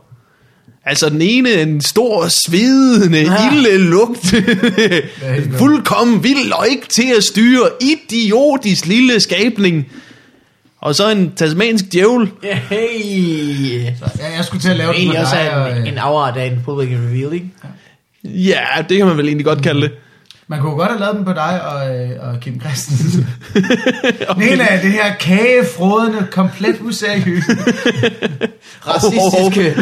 A: Altså den ene er en stor, svedende, ja.
B: Ah. Ja.
A: ilde lugt, fuldkommen vild og ikke til at styre, idiotisk lille skabning. Og så en tasmansk djævel,
B: Hey.
C: Ja, jeg skulle til at lave den med
B: Egentlig også
C: dig.
B: er
C: Og,
B: en, en
C: øh,
B: afart af en public reveal, ikke?
A: ja, det kan man vel egentlig godt kalde det.
C: øh, man kunne godt have lavet den på dig og, øh, og Kim Christensen. okay. Nena, det her kagefrodende, komplet useriøse.
B: Racistiske.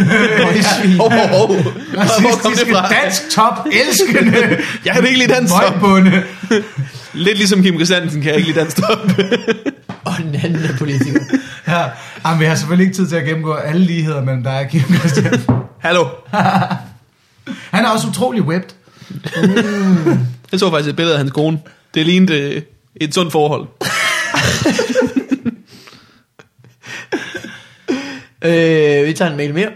A: Hov, hov, hov. Hvor kom det
C: racistiske,
A: fra?
C: dansk top, elskende,
A: Jeg kan ikke lide dansk stop.
C: møgbunde.
A: Lidt ligesom Kim Christiansen kan jeg ikke lide dansk stop.
B: og en anden er politiker.
C: Ja, ja. Jamen, vi har selvfølgelig ikke tid til at gennemgå alle ligheder mellem dig og Kim Christian.
A: Hallo.
C: Han er også utrolig webbed.
A: Jeg så faktisk et billede af hans kone. Det lignede øh, et sundt forhold.
B: Øh, vi tager en mail mere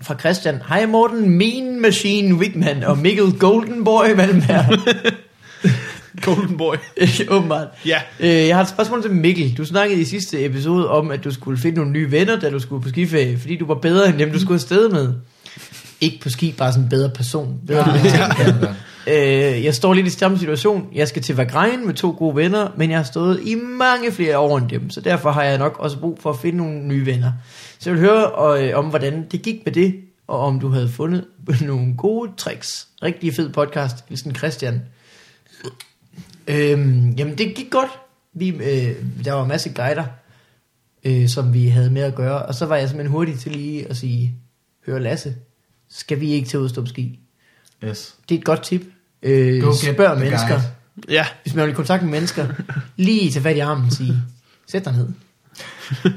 B: fra Christian. Hej Morten, Mean Machine Wigman og Mikkel Goldenboy Valmær.
A: Golden boy.
B: Åbenbart.
A: Ja.
B: Øh, jeg har et spørgsmål til Mikkel. Du snakkede i sidste episode om, at du skulle finde nogle nye venner, da du skulle på skiferie, fordi du var bedre end dem, du skulle afsted med. Ikke på ski, bare sådan en bedre person. Bedre menneske. Øh, jeg står lidt i samme situation. Jeg skal til Vagrejen med to gode venner, men jeg har stået i mange flere år end dem, så derfor har jeg nok også brug for at finde nogle nye venner. Så jeg vil høre øh, om, hvordan det gik med det, og om du havde fundet nogle gode tricks. Rigtig fed podcast. Hilsen Christian. Øhm, jamen, det gik godt. Vi, øh, der var en masse guider, øh, som vi havde med at gøre, og så var jeg simpelthen hurtig til lige at sige, hør Lasse, skal vi ikke til Udstrup Ski?
C: Yes.
B: Det er et godt tip. Øh,
C: Go get
B: spørg
C: the
B: mennesker.
C: guide.
A: Ja.
B: Hvis man vil i kontakt med mennesker, lige tage fat i armen og sige, sæt dig ned.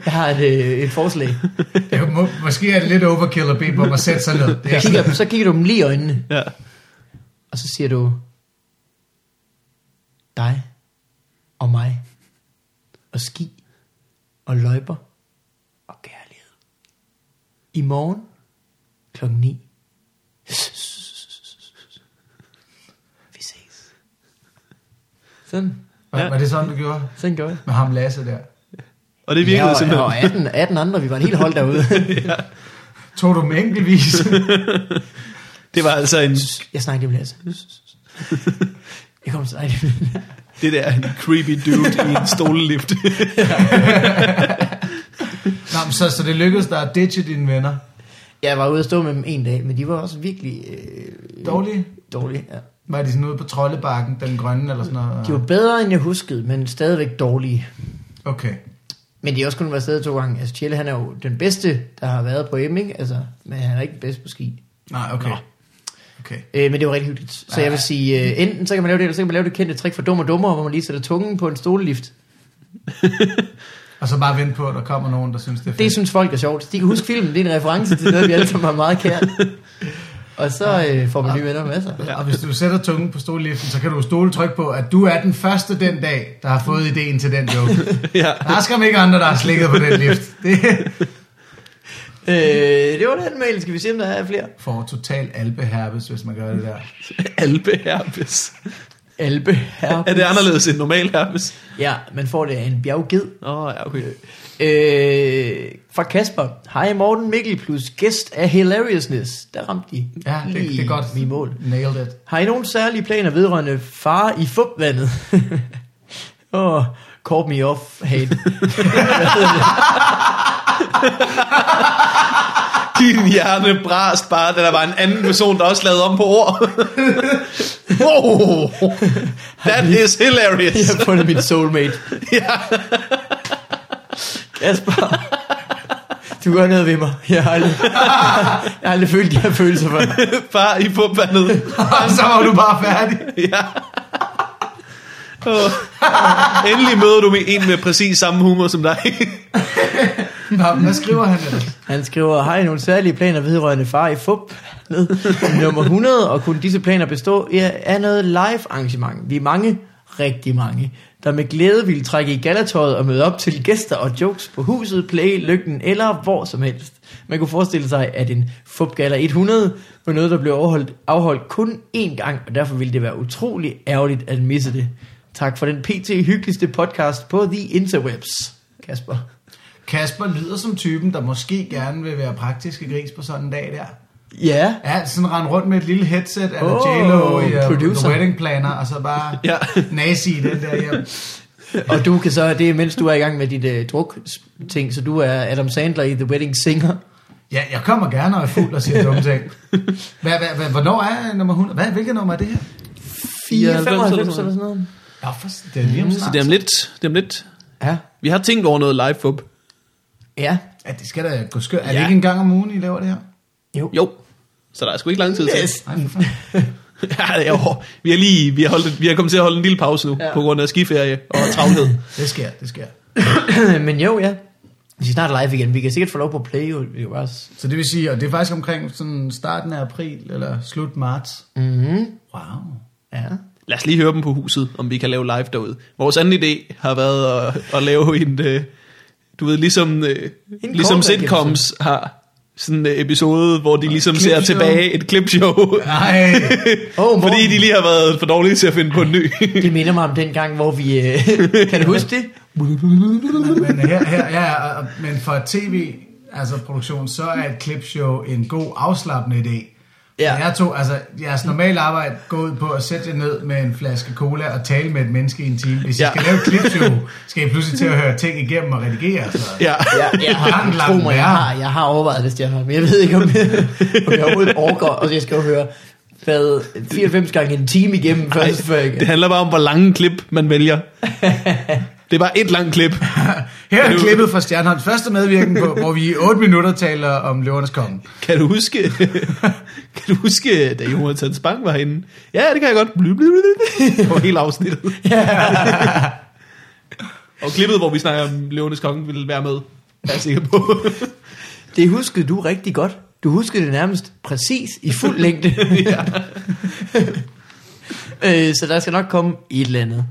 B: Jeg har et, øh, et forslag.
C: Det er, jo må, måske er det lidt overkill at bede dem om at sætte sig ned. Det er,
B: Kigger, så kigger du dem lige i øjnene,
A: ja.
B: og så siger du, dig og mig og ski og løjper og kærlighed. I morgen klokken 9. Vi ses. Sådan.
C: var, var det sådan, du gjorde
B: Sådan gør jeg.
C: med ham Lasse der?
A: Og det virkede
B: ja, og,
A: simpelthen.
B: og 18, 18 andre, vi var en helt hold derude.
C: Tog du dem enkeltvis?
A: Det var altså en,
B: jeg snakker lige med Lasse. Jeg kommer til dig.
A: det der en creepy dude i en stolelift.
C: Nå, men så, så det lykkedes dig at ditche dine venner.
B: Jeg var ude at stå med dem en dag, men de var også virkelig øh,
C: Dårlige?
B: dårlige. Ja.
C: Var de sådan ude på troldebakken, den grønne eller sådan noget?
B: De var bedre, end jeg huskede, men stadigvæk dårlige.
C: Okay.
B: Men de har også kun været afsted to gange. Altså, Tjelle, han er jo den bedste, der har været på M, ikke? Altså, men han er ikke bedst på ski.
C: Nej, okay.
B: Nå.
C: Okay.
B: Øh, men det var rigtig hyggeligt. Så jeg vil sige, øh, enten så kan man lave det, eller så kan man lave det kendte trick for dumme og dummere, hvor man lige sætter tungen på en stolelift.
C: Og så bare vente på, at der kommer nogen, der synes, det er fedt.
B: Det synes folk er sjovt. De kan huske filmen, det er en reference til noget, vi alle sammen har meget kært. Og så øh, får man nye venner med sig.
C: Ja. Og hvis du sætter tungen på stoleliften, så kan du stole tryk på, at du er den første den dag, der har fået ideen til den joke.
A: ja.
C: Der skal man ikke andre, der har slikket på den lift. Det
B: Øh, det var den mail. Skal vi se, om der er flere?
C: får total albeherpes, hvis man gør det der.
A: Albe herpes.
B: Albe
A: Er det anderledes end normal herpes?
B: Ja, man får det af en bjergged.
A: Åh, oh, ja, okay.
B: Øh, fra Kasper. Hej Morten Mikkel plus gæst af Hilariousness. Der ramte de.
C: Ja, det, det er godt.
B: Vi er i mål.
C: Nailed it.
B: Har I nogen særlige planer vedrørende far i fupvandet? Åh, oh, caught me off, hate.
A: Din hjerne brast bare, da der var en anden person, der også lavede om på ord. wow! That is hilarious.
B: Jeg har fundet mit soulmate.
A: Ja.
B: Kasper, du gør noget ved mig. Jeg har aldrig, jeg har aldrig følt de her følelser for dig.
A: Bare i pumpandet.
C: Og så var du bare færdig.
A: Ja. Oh. Endelig møder du med en med præcis samme humor som dig.
C: Nå, men hvad skriver han ellers?
B: Han skriver, har I nogle særlige planer vedrørende far i fup? Ned. Nummer 100, og kunne disse planer bestå af noget live arrangement. Vi er mange, rigtig mange, der med glæde ville trække i galatøjet og møde op til gæster og jokes på huset, play, lygten eller hvor som helst. Man kunne forestille sig, at en fup gala 100 var noget, der blev afholdt, afholdt kun én gang, og derfor ville det være utrolig ærgerligt at misse det. Tak for den pt. hyggeligste podcast på The Interwebs, Kasper.
C: Kasper lyder som typen, der måske gerne vil være praktiske gris på sådan en dag der.
B: Ja,
C: Ja, sådan rende rundt med et lille headset af
B: Åh,
C: oh, J-Lo i uh,
B: producer.
C: The Wedding Planner, og så bare
A: Ja.
C: ja. nazi i den der hjem.
B: Og du kan så, det er mens du er i gang med dit øh, druk ting, så du er Adam Sandler i The Wedding Singer.
C: Ja, jeg kommer gerne og er fuld og siger dumme ting. Hvad, hvad, hvad, hvornår er nummer 100? Hvad, hvilket nummer er det her?
B: 94 eller sådan noget.
C: Ja, for, det er lige om
A: Mm, Så
C: snart.
A: det er om lidt. Det er om lidt.
B: Ja.
A: Vi har tænkt over noget live fup.
B: Ja.
C: Ja, det skal da gå skørt. Er
A: Ja.
C: det ikke en gang om ugen, I laver det her?
A: Jo. Så der er sgu ikke lang tid til.
B: Yes.
C: Nej, for fanden.
A: Ja, det er jo- vi har lige, vi har, holdt, vi har kommet til at holde en lille pause nu,
B: Ja.
A: ja. på grund af skiferie og travlhed.
C: Det sker, det sker.
B: Men jo, ja. Vi skal snart live igen. Vi kan sikkert få lov på play. jo. Vi kan bare... s-
C: Så det vil sige, og det er faktisk omkring sådan starten af april eller slut marts.
B: Mhm.
C: Wow.
B: Ja.
A: Lad os lige høre dem på huset, om vi kan lave live derude. Vores anden idé har været at, at lave en, øh, du ved, ligesom, øh, ligesom
B: callback altså.
A: sitcoms har sådan en episode, hvor de ligesom ser
C: clipshow.
A: tilbage et klipshow.
C: Nej.
B: Oh,
A: Fordi de lige har været for dårlige til at finde på en ny.
B: Det minder mig om den gang, hvor vi... Øh, kan du huske det?
C: men her, her, ja, ja, og- men for tv, altså produktion, så er et klipshow en god afslappende idé.
B: Ja.
C: Ja. Jeg tog, altså, jeres normale arbejde går ud på at sætte jer ned med en flaske cola og tale med et menneske i en time. Hvis
A: Ja.
C: I skal lave et klipshow, skal I pludselig til at høre ting igennem og redigere. Så.
A: ja.
B: Ja, jeg
C: Langt,
B: har,
C: langt
B: tro mig, jeg
C: værre.
B: har, jeg har overvejet det, Stefan, men jeg ved ikke, om, om jeg overhovedet orker, og jeg skal jo høre hvad, 94 gange en time igennem
A: Ej,
B: først, før jeg
A: det
B: kan.
A: handler bare om, hvor lange klip man vælger. Det er bare et langt klip.
C: Her
A: Kan
C: er
A: du-
C: klippet fra Stjernholms første medvirken på, hvor vi i 8 minutter taler om løvernes konge.
A: Kan du huske, kan du huske da Jonathan Spang var herinde? Ja, det kan jeg godt. Blu, blu, blu, blu. Det var hele afsnittet. Og klippet, hvor vi snakker om Løvenes Konge, vil være med. Jeg er sikker på.
B: Det huskede du rigtig godt. Du huskede det nærmest præcis i fuld længde. øh, så der skal nok komme et eller andet.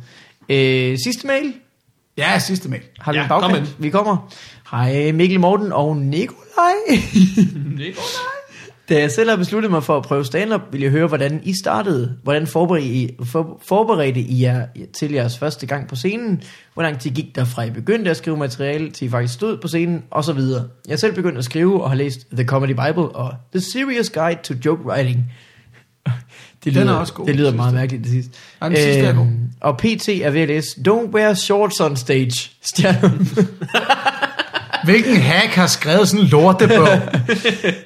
B: Øh, sidste mail.
C: Ja, sidste mail.
B: Har vi
A: Ja,
B: en bagkant?
A: kom ind.
B: Vi kommer. Hej Mikkel Morten og Nikolaj.
A: Mm,
B: Da jeg selv har besluttet mig for at prøve stand-up, vil jeg høre, hvordan I startede. Hvordan forberedte I, for, forberedte I jer til jeres første gang på scenen? Hvor lang tid gik der fra I begyndte at skrive materiale, til I faktisk stod på scenen, og så videre. Jeg er selv begyndt at skrive og har læst The Comedy Bible og The Serious Guide to Joke Writing. Det
C: Den er
B: lyder,
C: også god,
B: Det lyder
C: synes
B: meget mærkeligt, det sidste. Øhm,
C: Ej, den sidste er god.
B: og PT er ved at læse Don't Wear Shorts on Stage. Stjerner.
C: Hvilken hack har skrevet sådan en lortebog?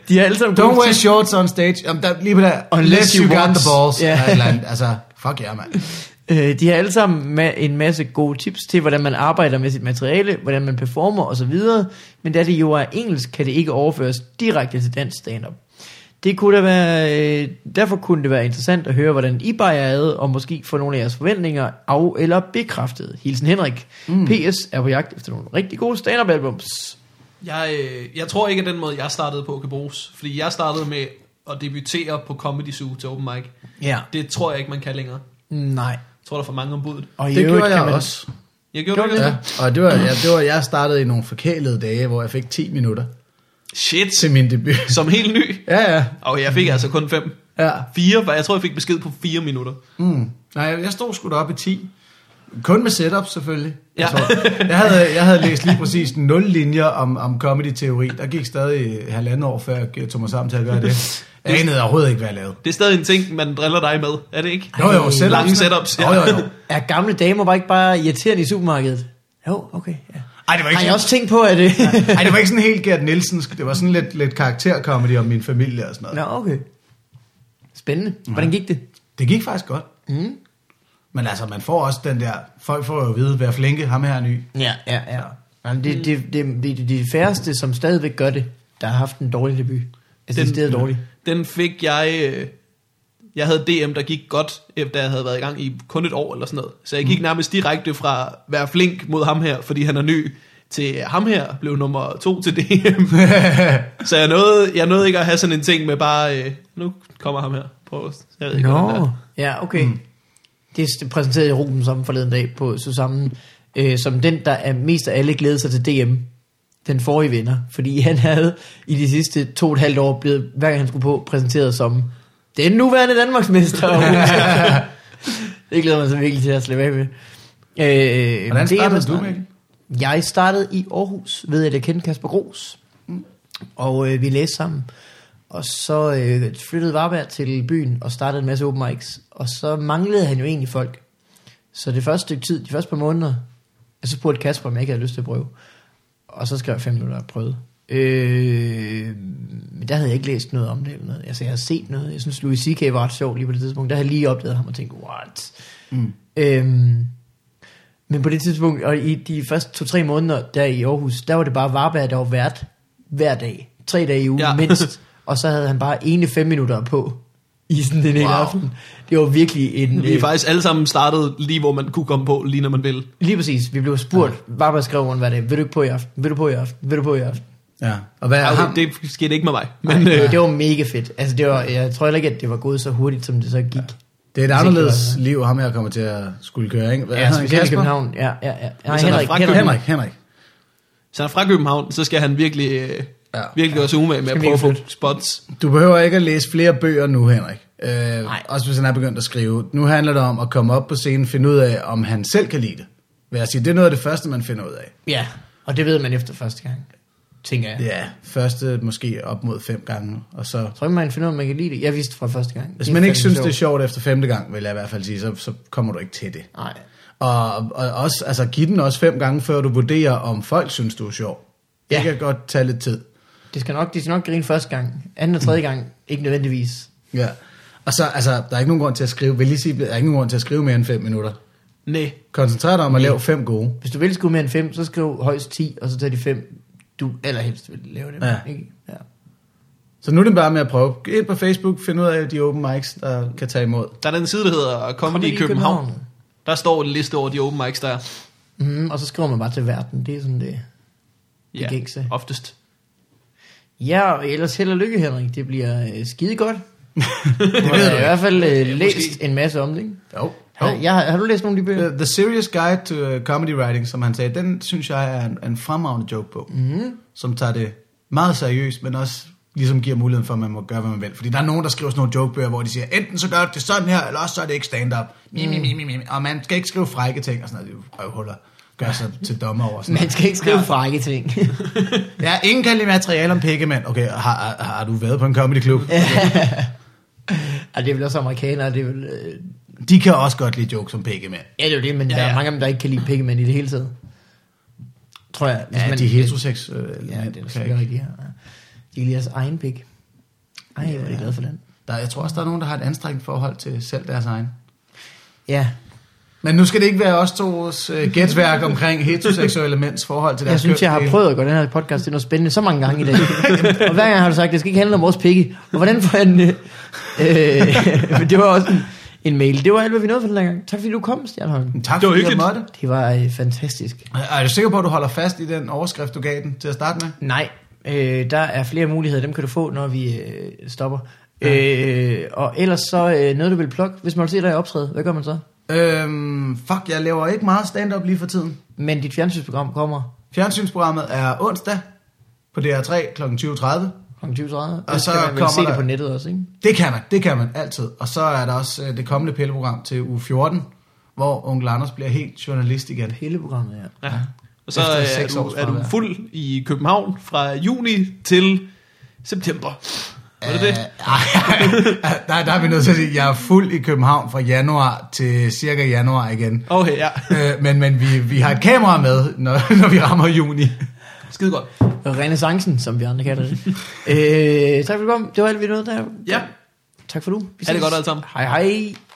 B: De er alle sammen
C: Don't
B: gode
C: wear
B: til-
C: shorts on stage. Jamen, der, lige på der.
B: Unless
C: Unless
B: you
C: you got
B: want-
C: the balls.
B: Ja.
C: Yeah. Eller, et eller andet. altså, fuck jer, yeah, mand.
B: Øh, de har alle sammen ma- en masse gode tips til, hvordan man arbejder med sit materiale, hvordan man performer osv., men da det jo er engelsk, kan det ikke overføres direkte til dansk stand-up. Det kunne da være, øh, derfor kunne det være interessant at høre, hvordan I bare er ad, og måske få nogle af jeres forventninger af- eller bekræftet. Hilsen Henrik. Mm. PS er på jagt efter nogle rigtig gode stand-up albums.
A: Jeg, øh, jeg tror ikke, at den måde, jeg startede på, kan bruges. Fordi jeg startede med at debutere på Comedy Zoo til Open Mic.
B: Ja.
A: Det tror jeg ikke, man kan længere.
B: Nej.
A: Jeg tror, der er for mange ombud.
B: Og i
C: Det
B: øvrigt
C: gjorde
B: kan
C: jeg
B: man-
C: også. Mm.
A: Jeg gjorde det.
C: Ja, og det var, ja, det var, jeg startede i nogle forkælede dage, hvor jeg fik 10 minutter
A: Shit.
C: til min debut.
A: Som helt ny.
C: Ja, ja,
A: Og jeg fik altså kun fem.
C: ja.
A: Fire, for jeg tror, jeg fik besked på fire minutter.
C: Mm. Nej, jeg jeg stod sgu da op i 10. Kun med setup, selvfølgelig.
A: Ja.
C: Jeg, tror- jeg, havde, jeg havde læst lige præcis 0 linjer om, om comedy-teori. Der gik stadig halvandet år, før jeg tog mig sammen til at gøre det. Jeg anede overhovedet ikke, hvad jeg lavede.
A: Det er stadig en ting, man driller dig med, er det ikke?
C: Jo, jo,
B: Ej,
C: setups.
A: lange setups, ja.
C: Jo, jo, jo.
B: Er gamle damer bare ikke bare irriterende i supermarkedet? Jo, okay. Ja.
C: Ej, det var ikke
B: Har jeg
C: sådan-
B: også tænkt på, at... Øh...
C: Ej, det var ikke sådan helt Gert Nielsensk. Det var sådan lidt, lidt karakterkomedy om min familie og sådan noget.
B: Nå, okay. Spændende. Hvordan gik det?
C: Det gik faktisk godt.
B: Mm.
C: Men altså, man får også den der... Folk får jo at vide, hvad flinke ham her er ny.
B: Ja, ja, ja. Jamen, det, det, det, det, det er de færreste, som stadigvæk gør det, der har haft en dårlig debut. Altså, det er dårligt.
A: Den fik jeg... øh, Jeg havde DM, der gik godt, efter jeg havde været i gang i kun et år eller sådan noget. Så jeg
B: Mm.
A: gik nærmest direkte fra at være flink mod ham her, fordi han er ny, til ham her blev nummer to til DM. så jeg nåede, jeg nåede ikke at have sådan en ting med bare, øh, nu kommer ham her. Prøv, at- jeg ved ikke, no. hvordan det er.
B: Ja, okay. Mm. Det s- præsenterede jeg Ruben som forleden dag på Susanne, øh, som den, der er mest af alle glæder sig til DM. Den forrige vinder. Fordi han havde i de sidste to og et halvt år blevet, hver gang han skulle på, præsenteret som den nuværende Danmarksmester. Og Ruben sagde, det glæder mig så virkelig til at slippe af med. Øh,
C: Hvordan
B: det er
C: startede
B: der
C: du,
B: snart.
C: Mikkel?
B: Jeg startede i Aarhus ved, at jeg kendte Kasper Gros. Og øh, vi læste sammen. Og så øh, flyttede Varberg til byen og startede en masse open mics. Og så manglede han jo egentlig folk. Så det første stykke tid, de første par måneder, jeg så spurgte Kasper, om jeg ikke havde lyst til at prøve. Og så skrev jeg fem minutter og prøvede. Øh, men der havde jeg ikke læst noget om det. Eller noget. Altså, jeg havde set noget. Jeg synes, Louis C.K. var ret sjov lige på det tidspunkt. Der havde jeg lige opdaget ham og tænkt, what? Mm. Øhm, men på det tidspunkt, og i de første to-tre måneder der i Aarhus, der var det bare Varberg, der var vært hver dag. Tre dage i ugen
A: Ja.
B: ja. mindst. Og så havde han bare ene fem minutter på. i sådan den ene
A: Wow.
B: aften. Det var virkelig en...
A: Vi er
B: øh,
A: faktisk alle sammen startet lige, hvor man kunne komme på, lige når man vil.
B: Lige præcis, vi blev spurgt, bare man skrev rundt hver dag, vil du ikke på i aften, vil du på i aften, vil du på i aften.
C: Ja. Og hvad er
A: Ja,
C: ham?
A: okay, det skete ikke med mig. Men,
B: Ej,
A: øh,
B: det var mega fedt. Altså, det var, jeg tror heller ikke, at det var gået så hurtigt, som det så gik.
C: Det er et
B: ikke
C: anderledes
B: det
C: liv, ham her kommer til at skulle køre, ikke? Hvad
B: Ja,
C: hedder han?
B: specielt i
C: Kasper?
B: København. Ja, ja, ja. Nej,
A: han er
B: Henrik,
A: fra
B: Henrik.
A: København.
C: Henrik, Henrik.
A: så er han fra København, så skal han virkelig, øh,
C: Ja.
A: ja, virkelig gøre sig umage med at
B: Skal
A: prøve at få
B: virkelig
A: spots.
C: Du behøver ikke at læse flere bøger nu, Henrik. Øh,
B: Nej.
C: også hvis han er begyndt at skrive. Nu handler det om at komme op på scenen, finde ud af, om han selv kan lide det. Vil jeg sige, det er noget af det første, man finder ud af.
B: Ja, og det ved man efter første gang, tænker jeg. Jeg
C: Ja, første måske op mod fem gange, og så...
B: tror ikke, man finder ud af, om man kan lide det. Jeg vidste fra første gang.
C: Hvis man ikke synes, det er sjovt efter femte gang, vil jeg i hvert fald sige, så, så kommer du ikke til det.
B: Nej,
C: Og, og også, altså, giv den også fem gange, før du vurderer, om folk synes, du er sjov. Det
B: Ja.
C: kan godt tage lidt tid.
B: det skal nok, de skal nok grine første gang. Anden og
C: Mm.
B: tredje gang, ikke nødvendigvis.
C: Ja. Og så, altså, der er ikke nogen grund til at skrive, vil lige sige, der er ikke nogen grund til at skrive mere end 5 minutter.
A: Nej,
C: Koncentrer dig om at lave fem gode.
B: Hvis du vil skrive mere end fem, så skriv højst 10, og så tager de fem, du allerhelst vil lave det.
C: Ja.
B: Ikke? Ja.
C: Så nu er det bare med at prøve. Gå ind på Facebook, find ud af de open mics, der kan tage imod.
A: der er den side, der hedder Comedy i København. København. Der står en liste over de open mics, der er.
B: Mm, og så skriver man bare til verden, det er sådan det. Det gængse.
A: oftest.
B: Ja, og ellers held og lykke, Henrik. Det bliver øh, skide godt. det ved du.
C: ved
B: har
C: du
B: i hvert fald øh, læst
A: måske.
B: en masse om det, ikke?
C: Jo.
B: Har, jeg, har du læst nogle af de bøger?
C: Øh, The, the Serious Guide to uh, Comedy Writing, som han sagde, den synes jeg er en, en fremragende joke-bog,
B: Mhm.
C: mm. som tager det meget seriøst, men også ligesom giver muligheden for, at man må gøre, hvad man vil. Fordi der er nogen, der skriver sådan nogle jokebøger, hvor de siger, enten så gør du det sådan her, eller også så er det ikke stand-up. Mi,
B: Mm.
C: mi, mi, mi, mi. Og man skal ikke skrive frække ting, og sådan noget. Det er jo røvhuller. Gør sig til dommer over sådan noget.
B: Man skal ikke skrive frække ting.
C: Ja, ingen kan lide materiale om pikkemand. Okay, har, har, har du været på en comedy club?
B: og det er vel også amerikanere, det er vel... Øh,
C: De kan også godt lide jokes om pikkemand.
B: ja, det er jo det, men ja,
A: Ja,
B: ja. der er
A: ja.
B: mange af dem, der ikke kan lide pikkemænd i det hele taget. Tror jeg.
C: Ja, Ligesom de heteroseksuelle
B: Ja,
C: mænd
B: det er
C: kan
B: selvfølgelig
C: ikke-
B: rigtigt, ja. De kan lide deres egen pik. Ej, jeg er glad for den.
C: der, jeg tror også, der er nogen, der har et anstrengt forhold til selv deres egen.
B: Ja,
C: Men nu skal det ikke være os tos øh, gætværk omkring heteroseksuelle mænds forhold til deres
B: jeg synes,
C: køn.
B: jeg har
C: Det er-
B: prøvet at gøre den her podcast til noget spændende så mange gange i dag. og hver gang har du sagt, det skal ikke handle om vores pikke. Og hvordan får jeg den... Øh, øh, men det var også en, en mail. Det var alt, hvad vi nåede for den her gang. Tak fordi du kom, Stjernholm.
C: Tak
A: Det var
C: fordi jeg
A: hyggeligt.
C: måtte.
B: Det var øh, fantastisk.
C: Er er du sikker på, at du holder fast i den overskrift, du gav den til at starte med?
B: Nej, øh, der er flere muligheder. Dem kan du få, når vi øh, stopper. Øh, og ellers så øh, noget, du vil plukke. Hvis man vil se dig optræde, hvad gør man så?
C: Øhm, fuck, jeg laver ikke meget stand-up lige for tiden.
B: Men dit fjernsynsprogram kommer
C: Fjernsynsprogrammet er onsdag på DR3 kl. 20.30.
B: kl. 20.30. Og
C: så
B: så kan man vel
C: kommer
B: se
C: der-
B: det på nettet også, ikke?
C: Det kan man, det kan man altid. Og så er der også øh, det kommende pilleprogram til uge 14, hvor onkel Anders bliver helt journalist igen.
B: Hele programmet, ja.
A: Ja. Og så
C: Efter
A: øh, er
C: seks
A: du,
C: års
A: er du
C: fravær.
A: fuld i København fra juni til september. Var det det?
C: Øh, ej, der, der er vi nødt til at sige, at jeg er fuld i København fra januar til cirka januar igen.
A: Okay, ja.
C: Øh, men men vi, vi har et kamera med, når, når vi rammer juni.
A: Skide godt.
B: Renaissancen, som vi andre kalder det. øh, tak for at du kom. Det var alt, vi nåede der.
A: Ja.
B: Tak for nu. Vi
A: Ha' det
B: ses.
A: godt alle sammen.
B: Hej hej.